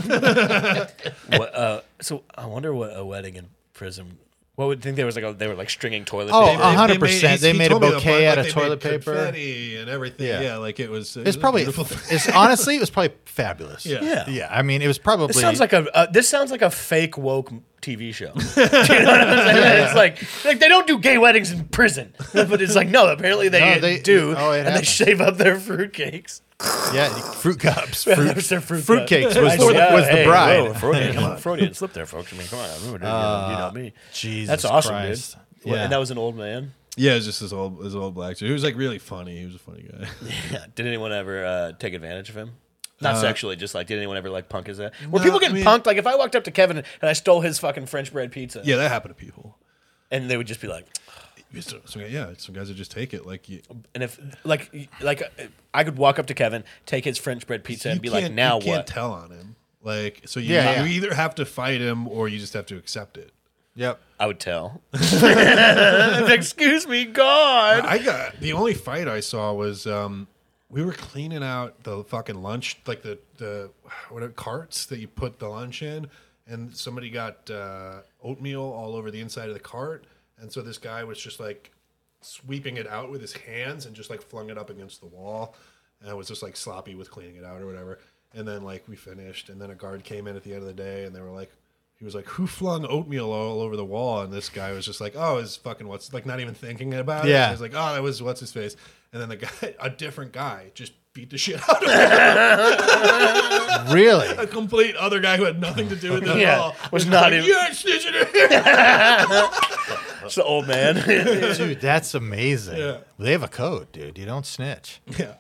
what, uh, so I wonder what a wedding in prison. What would think there was like a, they were like stringing toilet Oh, paper. uh-huh. uh, 100%. They he made told a me the bouquet part, out like, of they made toilet paper. confetti and everything. Yeah. Yeah. like it was. It It's was probably. beautiful. It's honestly, it was probably fabulous. Yeah. yeah. Yeah. I mean, it was probably. This sounds like a uh, this sounds like a fake woke TV show. Do you know what I'm saying? It's like like they don't do gay weddings in prison, but it's like no, apparently they, No, they- do, oh, it and they happens. shave up their fruitcakes. yeah, fruit cups. Fruit, Fruit, their fruit fruit cakes cups. was I the- see. was the Hey, bride. whoa, Freudian, come on, Freudian slip there, folks. I mean, come on, I remember, you, know, you know me. Jesus That's awesome, Christ. dude. Yeah. And that was an old man. yeah, it was just this old, this old black dude. He was like really funny. He was a funny guy. Yeah. Did anyone ever uh, take advantage of him? Not Uh, sexually, just like did anyone ever like punk his ass? Were No, people getting I mean- punked? Like if I walked up to Kevin and I stole his fucking French bread pizza, yeah, that happened to people. and they would just be like, Some, some, yeah, some guys would just take it. Like you, and if like y- like uh, I could walk up to Kevin, take his French bread pizza, and you be like, can't- now you can't what? tell on him. Like so, you, Yeah, you yeah. either have to fight him or you just have to accept it. Yep. I would tell. Excuse me, God. I got the only fight I saw was um, we were cleaning out the fucking lunch, like the the what are, carts that you put the lunch in, and somebody got uh, oatmeal all over the inside of the cart, and so this guy was just like sweeping it out with his hands and just like flung it up against the wall, and I was just like sloppy with cleaning it out or whatever, and then like we finished, and then a guard came in at the end of the day, and they were like. He was like, "Who flung oatmeal all over the wall?" And this guy was just like, "Oh, is fucking what's like not even thinking about it." Yeah. He was like, "Oh, that was what's his face," and then the guy, a different guy, just beat the shit out of him. Really? a complete other guy who had nothing to do with it Yeah. at all. Was not like, even- "You're snitching." It's the old man. dude, that's amazing. Yeah. They have a code, dude. You don't snitch. yeah,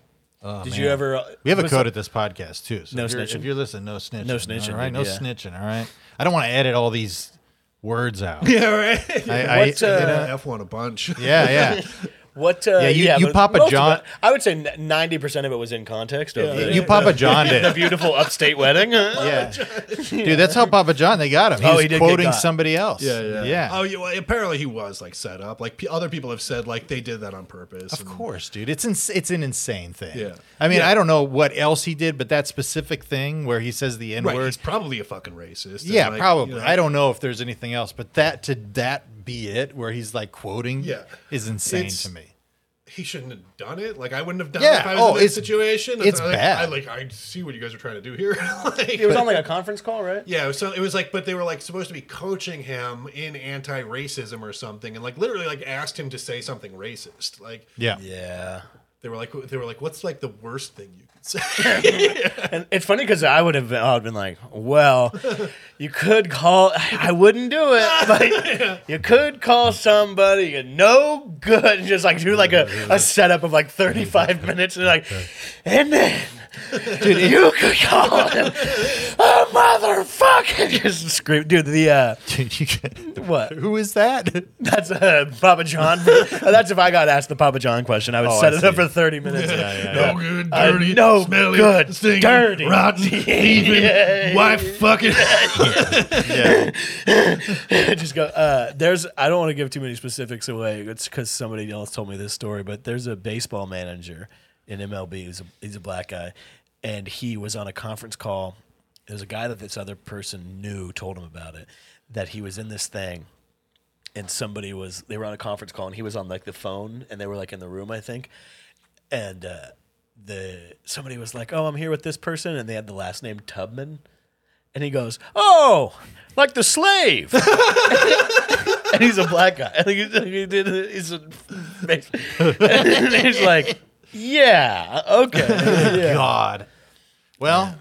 Did you ever? uh, Oh, We have a was- code at this podcast too. So No if you're, snitching. If you're listening, no snitching. No snitching, All right, no dude, yeah. snitching. All right. I don't want to edit all these words out. yeah, right. I, I, What's, uh, you know, F one a bunch. yeah, yeah. What? Uh, Yeah, you- you but Papa most of John- it- I would say ninety percent of it was in context. Of the, You Papa John the did. beautiful upstate wedding. Yeah. Dude, that's how Papa John they got him. He Oh, was he did get quoting got. somebody else. Yeah, yeah. Yeah. Oh, yeah. Well, apparently he was like set up. Like p- other people have said, like they did that on purpose. Of course, dude. It's ins- it's an insane thing. Yeah. I mean, Yeah. I don't know what else he did, but that specific thing where he says the N Right. word. He's probably a fucking racist. and, Yeah, like, probably. you know, I don't know if there's anything else, but that to that be it, where he's like quoting, Yeah. is insane It's- to me. He shouldn't have done it. Like I wouldn't have done Yeah, it if I was oh, in it's- this situation. it's I, like, bad. I like. I see what you guys are trying to do here. like, It was on like a conference call, right? Yeah, so it was like, but they were like supposed to be coaching him in anti-racism or something, and like literally like asked him to say something racist. Like Yeah, Yeah. they were like they were like, what's like the worst thing you could say? And it's funny because I would have been, I would have been like, well, you could call. I wouldn't do it, but you could call somebody you no good and just like do like a, a setup of like thirty five minutes and like, and then you could call him a motherfucking just scream, dude. The uh, Dude, you get- what? Who is that? That's uh, Papa John. That's if I got asked the Papa John question, I would Oh, set I it up see. for thirty minutes. no good, Uh, dirty, no smelly, good, stinky, dirty. rotten, heathen, Yeah. wife fucking. yeah, just go. Uh, there's. I don't want to give too many specifics away. It's because somebody else told me this story. But there's a baseball manager in MLB. He's a, he's a black guy, and he was on a conference call. There's a guy that this other person knew told him about it. That he was in this thing, and somebody was. They were on a conference call, and he was on like the phone, and they were like in the room, I think, and. uh the somebody was like, "Oh, I'm here with this person," and they had the last name Tubman, and he goes, "Oh, like the slave." and he's a black guy. And he, he did. He's a, and he's like, "Yeah, okay." God. Well,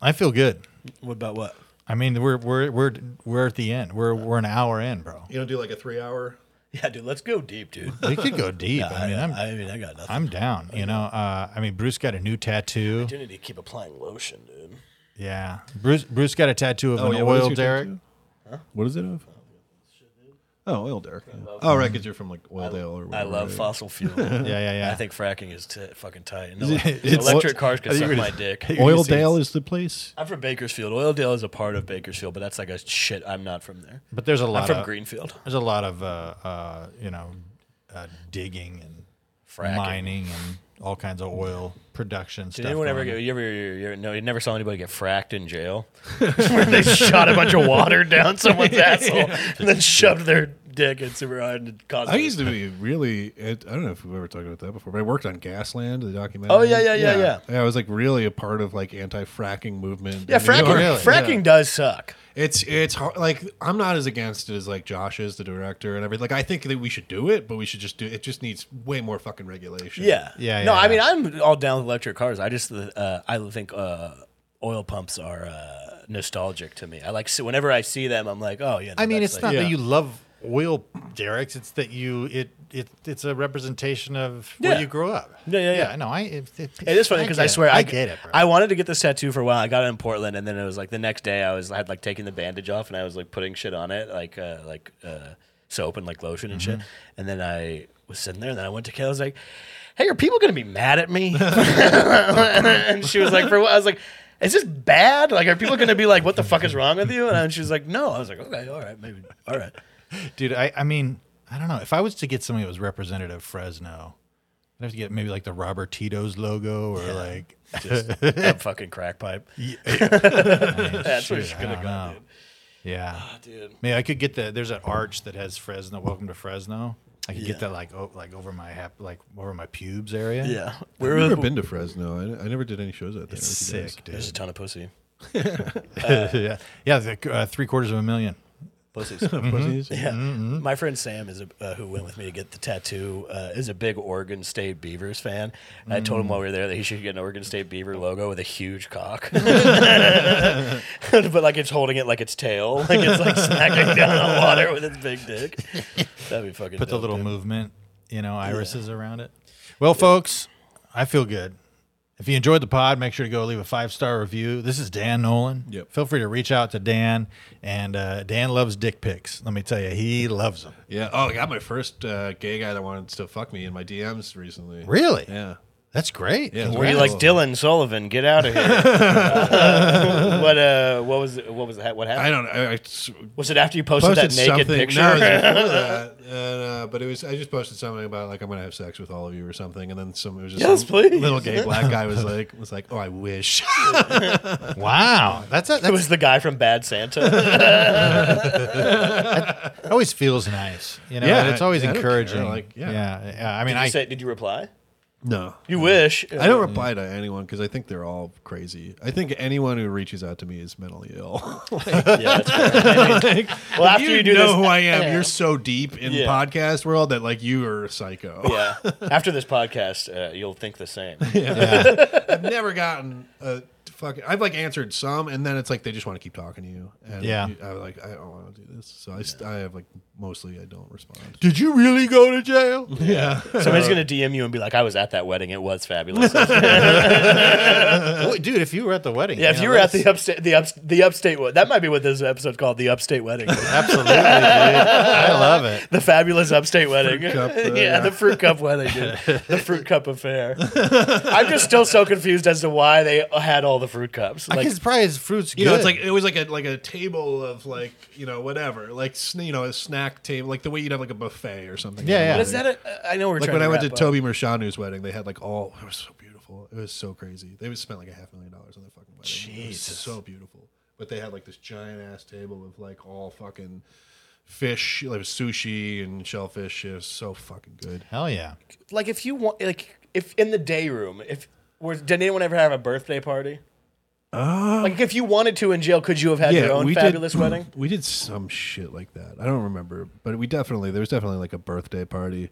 I feel good. What about what? I mean, we're we're we're we're at the end. We're we're an hour in, bro. You don't do like a three-hour. Yeah, dude, let's go deep, dude. We could go deep. I mean, I'm I mean, I got nothing. I'm down. You know, uh, I mean, Bruce got a new tattoo. I need to keep applying lotion, dude. Yeah, Bruce Bruce got a tattoo of an Oh, what is oil your derrick. tattoo? What is it of? Oh, oil derrick. yeah. Oh, right, because you're from like Oildale or I whatever. love right? fossil fuel. Yeah, yeah, yeah. I think fracking is t- fucking tight. No, It's- electric cars I can think suck we're my just- dick. Oil Dale is the place. I'm from Bakersfield. Oildale is a part of Bakersfield, but that's like a shit. I'm not from there. but there's a I'm lot from of Greenfield. there's a lot of uh, uh, you know uh, digging and Fracking. mining and all kinds of oil production stuff. Did anyone ever going get? on. You ever? You, you, no, you never saw anybody get fracked in jail. Where they shot a bunch of water down someone's asshole and then shoved their dick in super hard and caused. I used to be really. It, I don't know if we've ever talked about that before, but I worked on Gasland, the documentary. Oh, yeah, yeah, yeah, yeah. I was like really a part of like anti-fracking movement. yeah, in New York. fracking. Fracking does suck. It's it's hard. Like I'm not as against it as like Josh is, the director, and everything. Like I think that we should do it, but we should just do it. Just needs way more fucking regulation. Yeah. Yeah, No, yeah, I mean I'm all down with electric cars. I just uh, I think uh, oil pumps are uh, nostalgic to me. I like so whenever I see them, I'm like, oh yeah. I mean, that's it's like- not Yeah. that you love oil derricks; it's that you it it it's a representation of Yeah. where you grew up. Yeah, yeah, yeah. No, I it, it, It is funny because I, get it. swear I g- get it. Bro. I wanted to get this tattoo for a while. I got it in Portland, and then it was like the next day I was I had like taking the bandage off and I was like putting shit on it, like uh, like uh, soap and like lotion and shit. Mm-hmm. And then I was sitting there, and then I went to Kayla. I was like, "Hey, are people gonna be mad at me?" and she was like, "For what?" I was like. Is this bad? Like, are people going to be like, "What the fuck is wrong with you?" And I- she was like, "No." I was like, "Okay, all right, maybe, all right." dude. I I mean, I don't know. If I was to get something that was representative of Fresno, I'd have to get maybe like the Robert Tito's logo or like Just that fucking crack pipe. That's where she's I gonna don't go, Ah, know. yeah. dude. Dude, Man, I could get that. There's an arch that has Fresno. Welcome to Fresno. I could get that like oh, like over my hap, like over my pubes area. yeah. I've Where never been to Fresno. I, I never did any shows out there. it's with you guys. sick, There's a dude. ton of pussy. yeah, yeah, the, uh, three quarters of a million. Pussies. Pussies? Yeah. My friend Sam is a, uh, who went with me to get the tattoo uh, is a big Oregon State Beavers fan. And I told him while we were there that he should get an Oregon State Beaver logo with a huge cock, but like it's holding it like its tail, like it's like smacking down on water with its big dick. That'd be fucking. Put the dope, little dude. movement, you know, irises around it. Well, folks, I feel good. If you enjoyed the pod, make sure to go leave a five star review. This is Dan Nolan. Yep. Feel free to reach out to Dan, and uh, Dan loves dick pics. Let me tell you, he loves them. Yeah. Oh, I got my first uh, gay guy that wanted to fuck me in my DMs recently. Really? Yeah. That's great. Yeah. it's Were you like incredible. Dylan Sullivan? Get out of here! what uh, what was what was that? What happened? I don't. know. I, I was it after you posted, that naked picture? No, it was before that. And, uh, but it was. I just posted something about like I'm gonna have sex with all of you or something, and then some. It was just Yes, some please. Little gay black guy was like was like, oh, I wish. Wow. That's a, it that's, was the guy from Bad Santa. it always feels nice. You know, Yeah, and it's always I don't care, encouraging. like, yeah. yeah. yeah. I mean, Did I you, say, did you reply? no, You wish. I don't reply to anyone because I think they're all crazy. I think anyone who reaches out to me is mentally ill. Yeah, that's fair. well, after you, do know this, who I am. Yeah. You're so deep in Yeah. podcast world that like you are a psycho. yeah. After this podcast, uh, you'll think the same. I've never gotten a fucking. I've like answered some, and then it's like they just want to keep talking to you. And Yeah. you- I was like, I don't want to do this, so I, st- I have like mostly I don't respond. Did you really go to jail? Yeah, Somebody's gonna DM you and be like, "I was at that wedding. It was fabulous." yeah, Oh, dude, if you were at the wedding. if you know, were at that's- the upstate, the up, the upstate, wed- that might be what this episode's called: the upstate wedding, Absolutely, dude. I love it. the fabulous upstate wedding. cup, uh, yeah, yeah. the fruit cup wedding, dude. the fruit cup affair. I'm just still so confused as to why they had all the fruit cups. I Like, guess probably his fruit's you good. know, it's like it was like a like a table of like you know whatever, like sn- you know a snack table, like the way you'd have like a buffet or something. Yeah, yeah. But is that a, I know we're Like trying when I went to wrap up. Toby Mershanu's wedding, they had like all. It was so beautiful. It was so crazy. They spent like a half million dollars on their fucking wedding. it was Jesus. so beautiful. But they had like this giant ass table of like all fucking fish, like sushi and shellfish. It was so fucking good. Hell yeah. like if you want like if in the day room if were did anyone ever have a birthday party Uh, like if you wanted to in jail could you have had your own fabulous did, wedding We did some shit like that. I don't remember, but we definitely there was definitely like a birthday party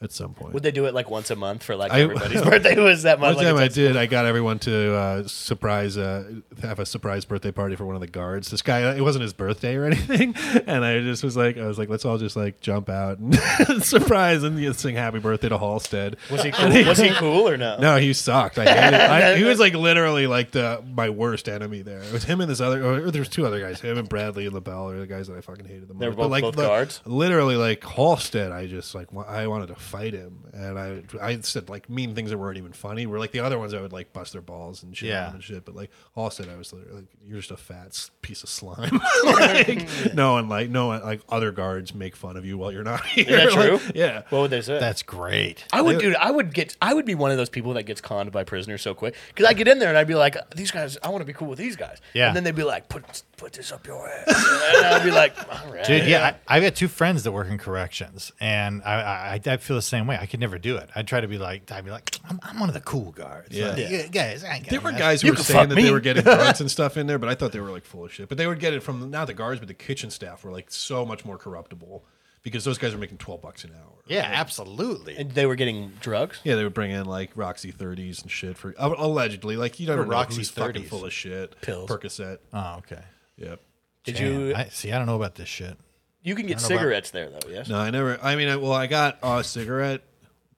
at some point. would they do it like once a month for like I- everybody's birthday was that One month like, time it's I like- did, I got everyone to uh, surprise. Uh, have a surprise birthday party for one of the guards. This guy, it wasn't his birthday or anything, and I just was like, I was like, let's all just like jump out and surprise and you sing happy birthday to Halstead. Was he cool? was he cool or no? No, he sucked. I hated. I, he was like literally like the my worst enemy there. It was him and this other. Or there was two other guys. Him and Bradley and LaBelle are the guys that I fucking hated the most. They were But, both- like, both li- guards? Literally like Halstead. I just like wa- I wanted to fight him, and I I said like mean things that weren't even funny. Where like the other ones, I would like bust their balls and shit Yeah. on and shit. But like Halstead, I was literally like, you're just a fat s- piece of slime. like no one like no one like other guards make fun of you while you're not here. that Like, true? yeah. What would they say? That's great. I would, dude. I would get. I would be one of those people that gets conned by prisoners so quick because I get in there and I'd be like, "These guys, I want to be cool with these guys." Yeah. And then they'd be like, "Put put this up your ass," and I'd be like, "All right." Dude, yeah, I, I've got two friends that work in corrections, and I, I I feel the same way. I could never do it. I'd try to be like, I'd be like, I'm, I'm one of the cool guards. Yeah. Like, "You guys, I ain't There gotta were mess guys who You were can saying fuck that me. they were getting drugs and stuff in there, but I thought they were like full of shit. But they would get it from not the guards, but the kitchen staff were like so much more corruptible because those guys were making twelve bucks an hour. Yeah, absolutely. And they were getting drugs. Yeah, they would bring in like Roxy thirties and shit for uh, allegedly. Like you never know Roxy Roxy who's fucking 30s. full of shit. Pills. Percocet. oh, okay. Yep. Did Damn, you? I, see, I don't know about this shit. you can get know about- cigarettes there though. Yes. No, I never. I mean, I, well, I got a cigarette,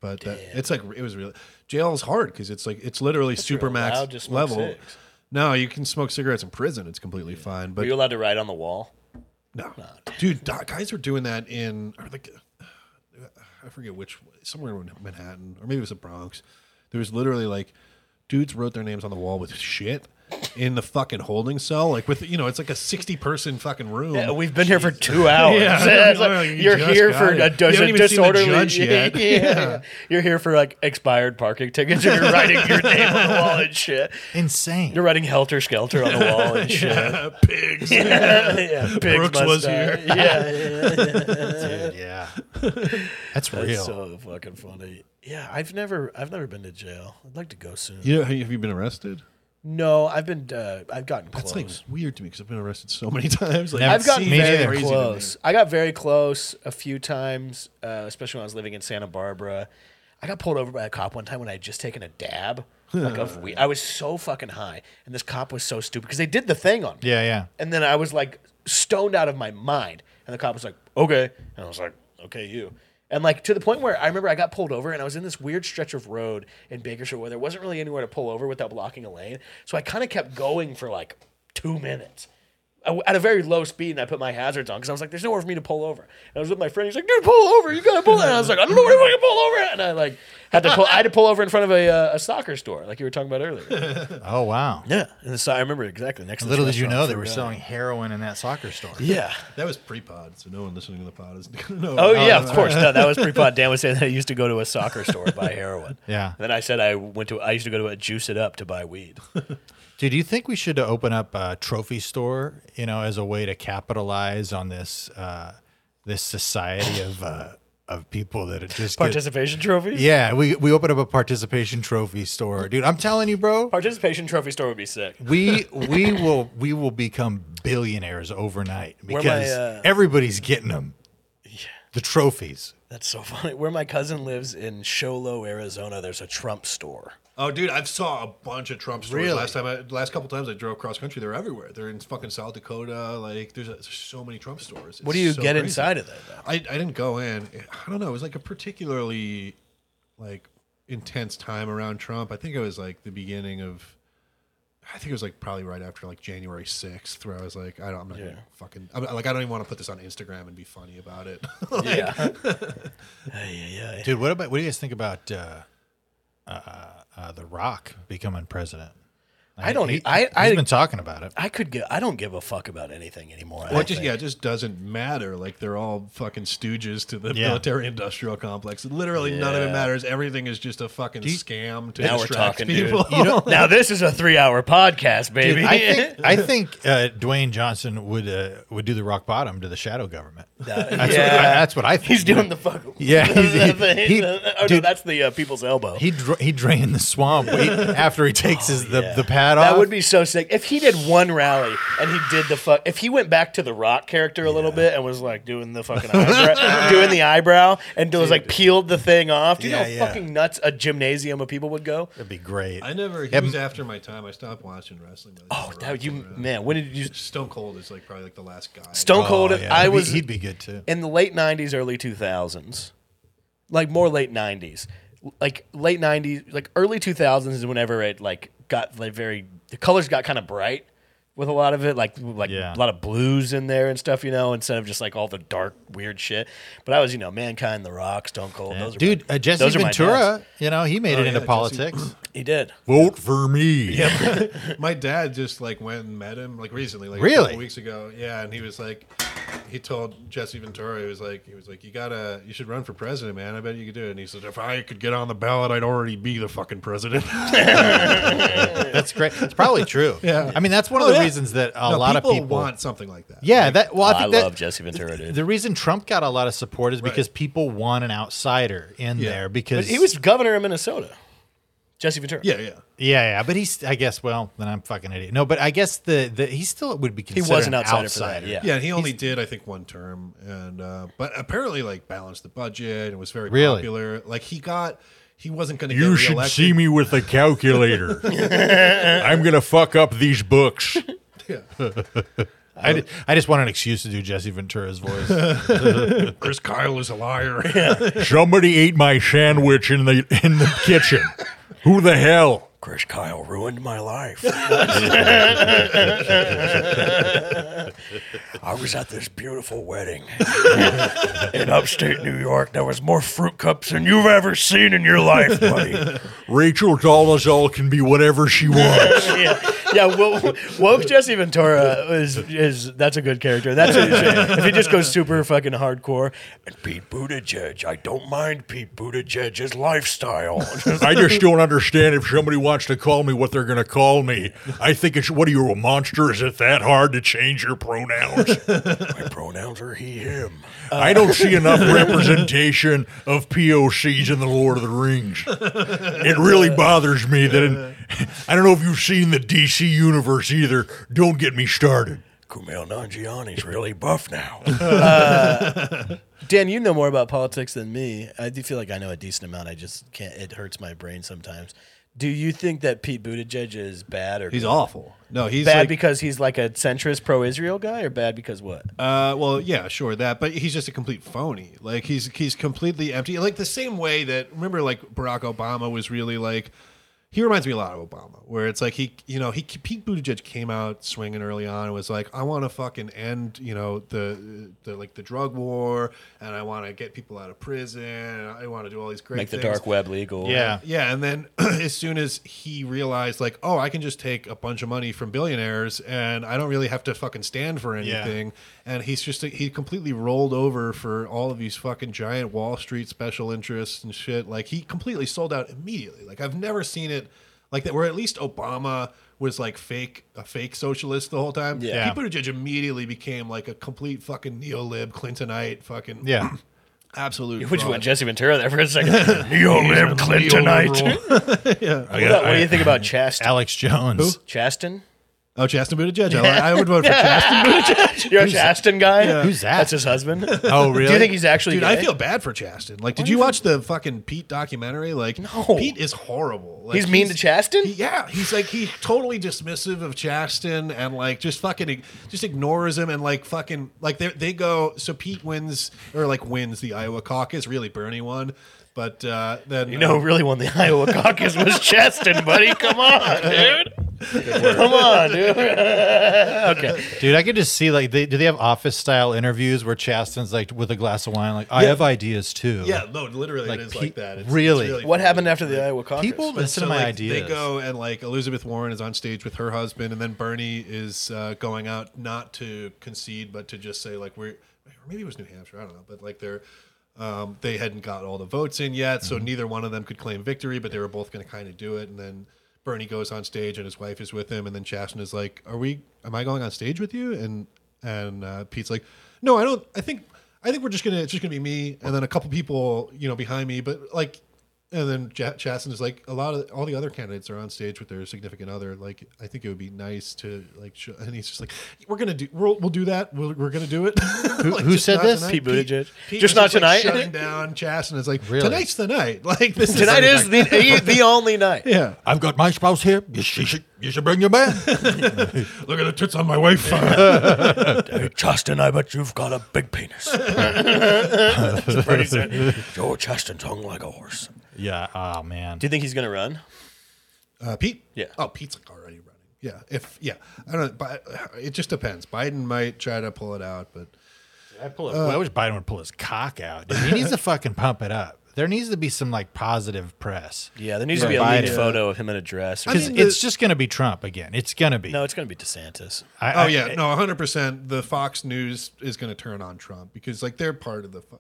but that, it's like it was really jail is hard because it's like it's literally super allowed to max smoke level. cigs. No, you can smoke cigarettes in prison. It's completely fine. But Were you allowed to write on the wall? No, dude, do- guys are doing that in or like I forget which somewhere in Manhattan or maybe it was the Bronx. There was literally like dudes wrote their names on the wall with shit in the fucking holding cell, like with you know it's like a sixty person fucking room. Yeah, Uh, we've been here for two hours. Yeah. It's like, Oh, you you're just here got for it. a You haven't dozen even seen the disorderly. judge yet. Yeah. You're here for like expired parking tickets. and You're writing your name on the wall and shit. Insane. You're writing helter skelter on the wall and shit. Yeah, pigs. yeah, yeah. Pigs Brooks must was die. here. Yeah, yeah, yeah. Dude, yeah. That's real. That's so fucking funny. Yeah, I've never, I've never been to jail. I'd like to go soon. You know, have you been arrested? No, I've been, uh, I've gotten close. That's like weird to me because I've been arrested so many times. Like, Never- I've gotten seen it. very Me neither. close. I got very close a few times, uh, especially when I was living in Santa Barbara. I got pulled over by a cop one time when I had just taken a dab. Like of weed. I was so fucking high, and this cop was so stupid because they did the thing on me. yeah, yeah. And then I was like stoned out of my mind, and the cop was like, "Okay," and I was like, "Okay, you." And like to the point where I remember I got pulled over, and I was in this weird stretch of road in Bakersfield where there wasn't really anywhere to pull over without blocking a lane. So I kind of kept going for like two minutes. I w- at a very low speed and I put my hazards on because I was like, there's nowhere for me to pull over. And I was with my friend. He's like, dude, pull over. You got to pull. And I was like, I don't know where I can pull over. at." And I like had to pull, I had to pull over in front of a, uh, a soccer store like you were talking about earlier. Oh, wow. yeah. And so I remember exactly next to Little did you know they were selling heroin in that soccer store. Yeah. that was pre-pod, so no one listening to the pod is gonna know. Oh, yeah, that's of course. No, that was pre pod. Dan was saying that I used to go to a soccer store to buy heroin. Yeah. And then I said I went to, I used to go to a juice it up to buy weed. Dude, do you think we should open up a trophy store, you know, as a way to capitalize on this uh, this society of uh, of people that are just get- Participation trophy? Yeah, we we open up a participation trophy store, dude. I'm telling you, bro. Participation trophy store would be sick. We we will we will become billionaires overnight my, because uh, everybody's getting them. The trophies. That's so funny. Where my cousin lives in Sholo, Arizona, there's a Trump store. Oh, dude, I've saw a bunch of Trump stories. Really? Last time, I, last couple times I drove cross country, they're everywhere. They're in fucking South Dakota. Like, there's, a, so many Trump stores. It's What do you so get crazy. inside of that? Though? I, I didn't go in. I don't know. It was like a particularly like intense time around Trump. I think it was like the beginning of. I think it was like probably right after like January sixth, where I was like, I don't, I'm not gonna fucking, I'm, like, I don't even want to put this on Instagram and be funny about it. Yeah. Ay, ay, ay. Dude, what about what do you guys think about uh, uh, uh, The Rock becoming president? I don't. He, e- I have I, been talking about it. I could give. I don't give a fuck about anything anymore. I Well, don't it just think. yeah, it just doesn't matter. Like they're all fucking stooges to the Yeah. military-industrial complex. Literally, none of it Yeah. matters. Everything is just a fucking scam to Now we're distract talking, dude. people. You know- now this is a three-hour podcast, baby. I think I think uh, Dwayne Johnson would uh, would do the rock bottom to the shadow government. That- That's, what, yeah. I, that's what I think. he's doing the fuck. Yeah, he's- he- the- he- oh no, dude. that's the uh, people's elbow. He dra- he drained the swamp he- after he takes his the, Oh, yeah. the hat off. That would be so sick. If he did one rally and he did the fuck, if he went back to the rock character a little bit and was like doing the fucking eyebrow, doing the eyebrow and was like peeled the thing off, do you Yeah, know how yeah. fucking nuts a gymnasium of people would go? That'd be great. I never. He Yeah, was m- after my time. I stopped watching wrestling. by the Oh, time that Rock you came around. man, when did you Stone Cold is like probably like the last guy. Stone Cold? Oh, yeah. I He'd be- was He'd be good too. in the late 90s early 2000s like more late 90s like late 90s like early 2000s is whenever it like got like very the colors got kind of bright with a lot of it like like Yeah. a lot of blues in there and stuff you know instead of just like all the dark weird shit but i was you know mankind the rock stone cold those are Dude, my- uh, Jesse those are my dads. Ventura, you know, he made it Oh, yeah, into Jesse- politics. he did Vote for me. My dad just like went and met him like recently, like a Really? couple weeks ago. Yeah, and he was like, he told Jesse Ventura, he was like, he was like, you gotta, you should run for president, man. I bet you could do it. And he said, if I could get on the ballot, I'd already be the fucking president. That's great. It's probably true. Yeah. I mean, that's one of Oh, the yeah. reasons that a No, lot of people want something like that. Yeah, that well, I Oh, i, think that love jesse ventura dude the reason Trump got a lot of support is because people want an outsider in Yeah. there but because he was governor of minnesota jesse ventura yeah, yeah. Yeah, yeah, but he's. I guess. Well, then I'm fucking idiot. No, but I guess the the he still would be he considered was an outsider, for that yeah, Yeah, and he only did I think one term, and uh, but apparently like balanced the budget and was very Really? popular. Like he got, he wasn't going to. get reelected. me with a calculator. I'm gonna fuck up these books. I, ju- I just want an excuse to do Jesse Ventura's voice. Chris Kyle is a liar. Somebody ate my sandwich in the in the kitchen. Who the hell? chris kyle ruined my life I was at this beautiful wedding in upstate New York. There was more fruit cups than you've ever seen in your life, buddy. Rachel Dolezal can be whatever she wants. yeah, yeah. Woke, woke Jesse Ventura is is that's a good character. That's what you should- if he just goes super fucking hardcore. And Pete Buttigieg. I don't mind Pete Buttigieg's lifestyle. I just don't understand if somebody wants to call me what they're going to call me. I think it's what are you a monster? Is it that hard to change your pronouns? My pronouns are he, him. I don't see enough representation of POCs in the Lord of the Rings. It really bothers me that in, I don't know if you've seen the DC universe either. Don't get me started. Kumail Nanjiani's really buff now. Dan, you know more about politics than me. I do feel like I know a decent amount. I just can't. It hurts my brain sometimes. Do you think that Pete Buttigieg is bad or He's awful. No, he's bad like- because he's like a centrist pro-Israel guy, or bad because what? Uh, well, yeah, sure that, but he's just a complete phony. Like he's he's completely empty. Like the same way that remember, like Barack Obama was really like. He reminds me a lot of Obama, where it's like he, you know, he Pete Buttigieg came out swinging early on and was like, "I want to fucking end, you know, the, the like the drug war, and I want to get people out of prison, and I want to do all these great Make the things." dark web legal. Yeah, and then as soon as he realized, like, oh, I can just take a bunch of money from billionaires, and I don't really have to fucking stand for anything. And he's just he completely rolled over for all of these fucking giant Wall Street special interests and shit. Like he completely sold out immediately. Like I've never seen it like that. Where at least Obama was like fake a fake socialist the whole time. Yeah. Pete Buttigieg immediately became like a complete fucking neolib Clintonite fucking Yeah. absolute. Which fraud. went Jesse Ventura there for a second. Neolib Clintonite. what, about- what do you think about Chaston? Alex Jones. Chaston? Oh, Chasten Buttigieg. I, I would vote for Chasten. You're a Chaston guy. Who's that? That's his husband. Oh, really? Do you think he's actually? Dude, gay? I feel bad for Chasten. Like, did you watch the fucking Pete documentary? Like, No. Pete is horrible. Like, He's mean to Chaston? he- yeah, he's like he totally dismissive of Chasten and like just fucking ig- just ignores him and like fucking like they they go. So Pete wins or like wins the Iowa caucus. Really, Bernie won. But uh, then You know who really won the Iowa caucus was Cheston, buddy. Come on, dude. Come on, dude. okay. Dude, I could just see like they do they have office style interviews where Chasten's like with a glass of wine, like I have ideas too. yeah, no, literally, Like, it is Pete- like that. really? What happened after the Iowa caucus? People listen So, to my like, ideas. They go and like Elizabeth Warren is on stage with her husband, and then Bernie is uh, going out not to concede, but to just say like we're or maybe it was New Hampshire, I don't know, but like they're um, they hadn't got all the votes in yet, so Mm-hmm. neither one of them could claim victory, but they were both going to kind of do it, and then. Bernie goes on stage and his wife is with him, and then Chasten is like, "Are we? Am I going on stage with you?" And and uh, Pete's like, "No, I don't. I think I think we're just gonna it's just gonna be me, and then a couple people, you know, behind me. But like, And then J- Chasten is like, a lot of all the other candidates are on stage with their significant other. Like, I think it would be nice to like, show, and he's just like, we're gonna do, we'll, we'll do that. We'll, we're gonna do it. Who, who said this? Pete Buttigieg. Just not like, tonight? shutting down Chasten is like, Really? tonight's the night. Like this Tonight is is the the only night. yeah. I've got my spouse here. You sh- you should, you should bring your man. Look at the tits on my wife. Hey, Justin, I bet you've got a big penis. Joe Justin's hung like a horse. yeah. Oh man. Do you think he's gonna run? Uh, Pete? Yeah. Oh, Pete's like already running. Yeah. If yeah, I don't. know, But it just depends. Biden might try to pull it out, but I, pull it, well, I wish Biden would pull his cock out. dude. He needs to fucking pump it up. There needs to be some like positive press. Yeah, there needs to be a Biden. leaked photo of him in a dress. Or mean, Because the- it's just going to be Trump again. It's going to be. no, it's gonna be DeSantis. I, oh I- yeah, no, one hundred percent. The Fox News is going to turn on Trump because like they're part of the, fu-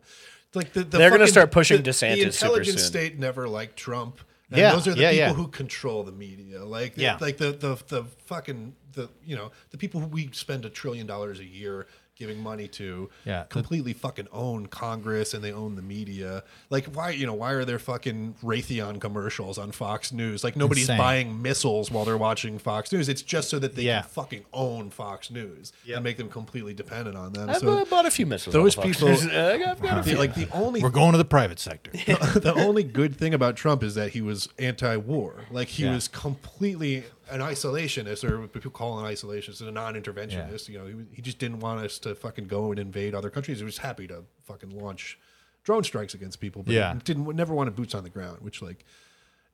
like the, the They're gonna fucking- start pushing the, DeSantis The super intelligence soon. state never liked Trump. And Yeah, those are the yeah, people yeah. who control the media. Like, the- Yeah. like the, the the fucking the you know the people who we spend a trillion dollars a year giving money to. Yeah, the- completely fucking own Congress and they own the media. Like, why you know why are there fucking Raytheon commercials on Fox News? Like nobody's Insane. buying missiles while they're watching Fox News. It's just so that they Yeah. can fucking own Fox News and make them completely dependent on them. I've uh, so bought a few missiles. those on the Fox people- News. Uh, I've got a the, few. like the only We're going to the private sector. the only good thing about Trump is that he was anti-war. Like he Yeah. was completely an isolationist, or what people call an isolationist, a non-interventionist. You know, he, was- he just didn't want us to fucking go and invade other countries. He was happy to fucking launch drone strikes against people, but Yeah. he didn't never wanted boots on the ground, which like.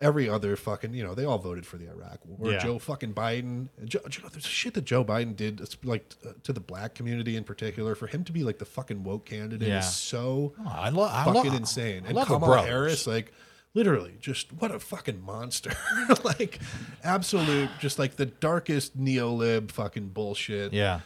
Every other fucking, you know, they all voted for the Iraq war. Yeah. Joe fucking Biden, Joe, Joe, there's shit that Joe Biden did, it's like uh, to the black community in particular. For him to be like the fucking woke candidate Yeah. is so Oh, I love. I fucking love, insane. I And love a Kamala brothers. Harris, like, literally, just what a fucking monster. like, absolute, just like the darkest neo-lib fucking bullshit. Yeah.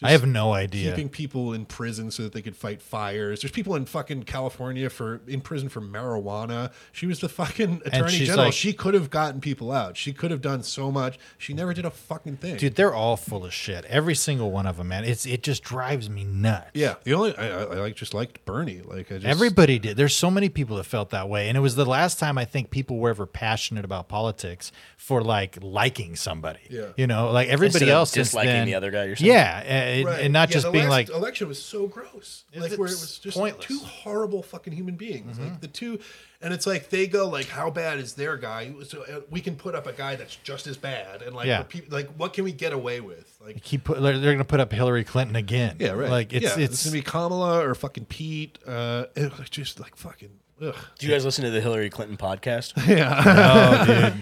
I Just have no idea. Keeping people in prison so that they could fight fires. There's people in fucking California for in prison for marijuana. She was the fucking attorney she's general. like- she could have gotten people out. She could have done so much. She never did a fucking thing. Dude, they're all full of shit. Every single one of them, man. It's it just drives me nuts. Yeah. The only I, I, I like just liked Bernie. Like I just Everybody did. There's so many people that felt that way, and it was the last time I think people were ever passionate about politics for like liking somebody. Yeah. you know, like everybody Instead of else since disliking then- the other guy you're saying? Yeah, and, Right. and not Yeah, just the being like, last election was so gross like It's where it was just pointless. Mm-hmm. two horrible fucking human beings like the two and it's like they go like how bad is their guy so uh, we can put up a guy that's just as bad and like Yeah. the peop- like what can we get away with like keep put, they're, they're going to put up Hillary Clinton again. yeah right Like it's Yeah, it's gonna be kamala or fucking pete uh it was just like fucking ugh. Do you guys listen to the Hillary Clinton podcast?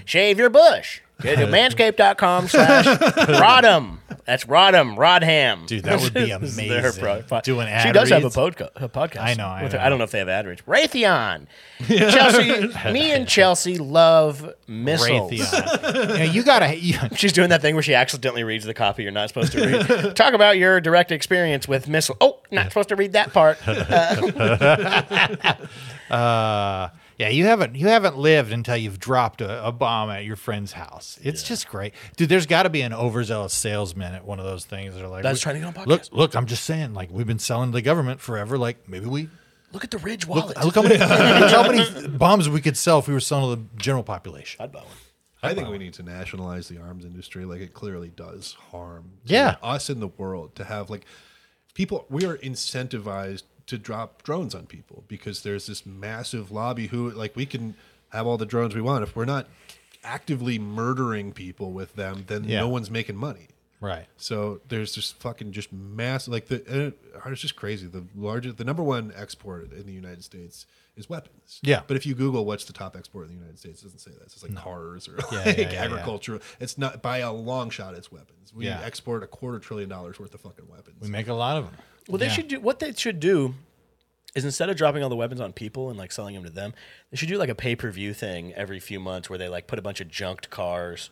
Shave your bush. Go to manscaped.com slash Rodham. That's Rodham, Rodham. dude, that would be This is amazing. their pro- pod- Doing ad She does have a, reads. podca- a podcast. I know, I with know. her. I don't know if they have ad reads. Raytheon. Chelsea, me and Chelsea love missiles. Raytheon. you, know, you gotta. You, She's doing that thing where she accidentally reads the copy you're not supposed to read. Talk about your direct experience with missile. Oh, Not supposed to read that part. Uh, yeah, you haven't you haven't lived until you've dropped a, a bomb at your friend's house. It's just great, dude. There's got to be an overzealous salesman at one of those things. They're like, That's "We- trying to get on podcast. Look, look, I'm just saying, like we've been selling to the government forever. Like maybe we look at the Ridge wallet. look how many, look how many bombs we could sell if we were selling to the general population. I'd buy one. I think we need to nationalize the arms industry. Like it clearly does harm. to Yeah. us in the world to have like people. We are incentivized to drop drones on people because there's this massive lobby who like we can have all the drones we want if we're not actively murdering people with them. Then Yeah. no one's making money. Right. So there's just fucking just mass like the and it- it's just crazy. The largest, the number one export in the United States is weapons. Yeah. But if you Google what's the top export in the United States, it doesn't say that. It's just like cars or yeah, like yeah, yeah. agriculture. It's not by a long shot. It's weapons. We Yeah. export a quarter trillion dollars worth of fucking weapons. We make a lot of them. Well, they should do what they should do is instead of dropping all the weapons on people and like selling them to them, they should do like a pay per view thing every few months where they like put a bunch of junked cars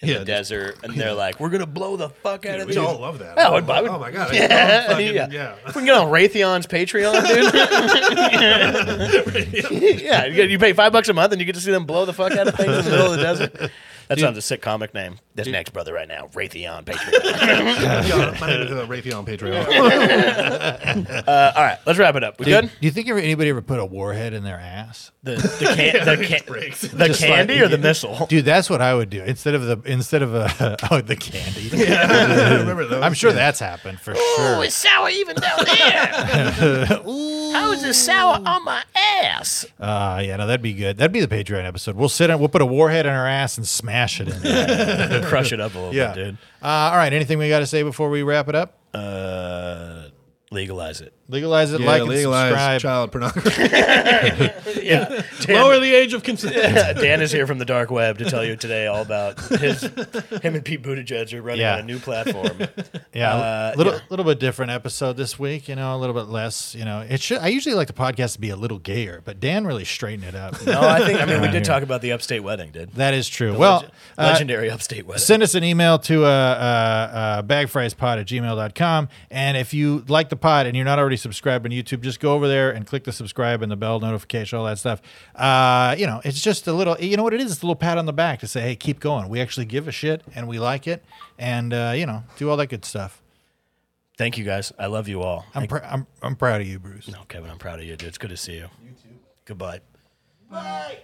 in Yeah, the just- desert and they're like, "We're gonna blow the fuck out of we these." all love that. Yeah, I oh, would- I would- oh my god! I yeah, love fucking- yeah. yeah. If we can get on Raytheon's Patreon, dude. yeah, you get- you pay five bucks a month and you get to see them blow the fuck out of things in the middle of the desert. That sounds a sick comic name. This next brother right now, Raytheon Patreon. Yeah, my name is uh, Raytheon Patreon. uh, all right, let's wrap it up. We Do good? you think ever- anybody ever put a warhead in their ass? The, the, can- the, can- breaks. the Just candy like- or the missile? Dude, that's what I would do instead of the instead of a oh the candy. Remember those? I'm sure that's happened for Oh, sure. it's sour even down there. How is it sour on my ass? Uh, yeah, no, that'd be good. That'd be the Patreon episode. We'll sit on, we'll put a warhead in our ass and smash it in. There. Crush it up a little bit, dude. Uh, all right. Anything we got to say before we wrap it up? Uh, legalize it. Legalize it, Yeah, like, and legalize subscribe. child pornography. Yeah. Lower the age of consent. Dan is here from the dark web to tell you today all about his, him and Pete Buttigieg are running Yeah. on a new platform. Yeah, Uh, little little bit different episode this week. You know, a little bit less. You know, it should. I usually like the podcast to be a little gayer, but Dan really straightened it up. No, Oh, I think I mean we did here. talk about the upstate wedding, dude. that is true. well, Leg- uh, legendary upstate wedding. send us an email to uh, uh, uh, bagfriespod at gmail.com. And if you like the pod and you're not already subscribed on YouTube, just go over there and click the subscribe and the bell notification, all that stuff. Uh, you know, it's just a little, you know what it is? It's a little pat on the back to say, hey, keep going. We actually give a shit and we like it. And, uh, you know, do all that good stuff. Thank you guys. I love you all. I'm, pr- I'm, I'm proud of you, Bruce. No, Kevin, I'm proud of you, dude. It's good to see you. You too. Goodbye.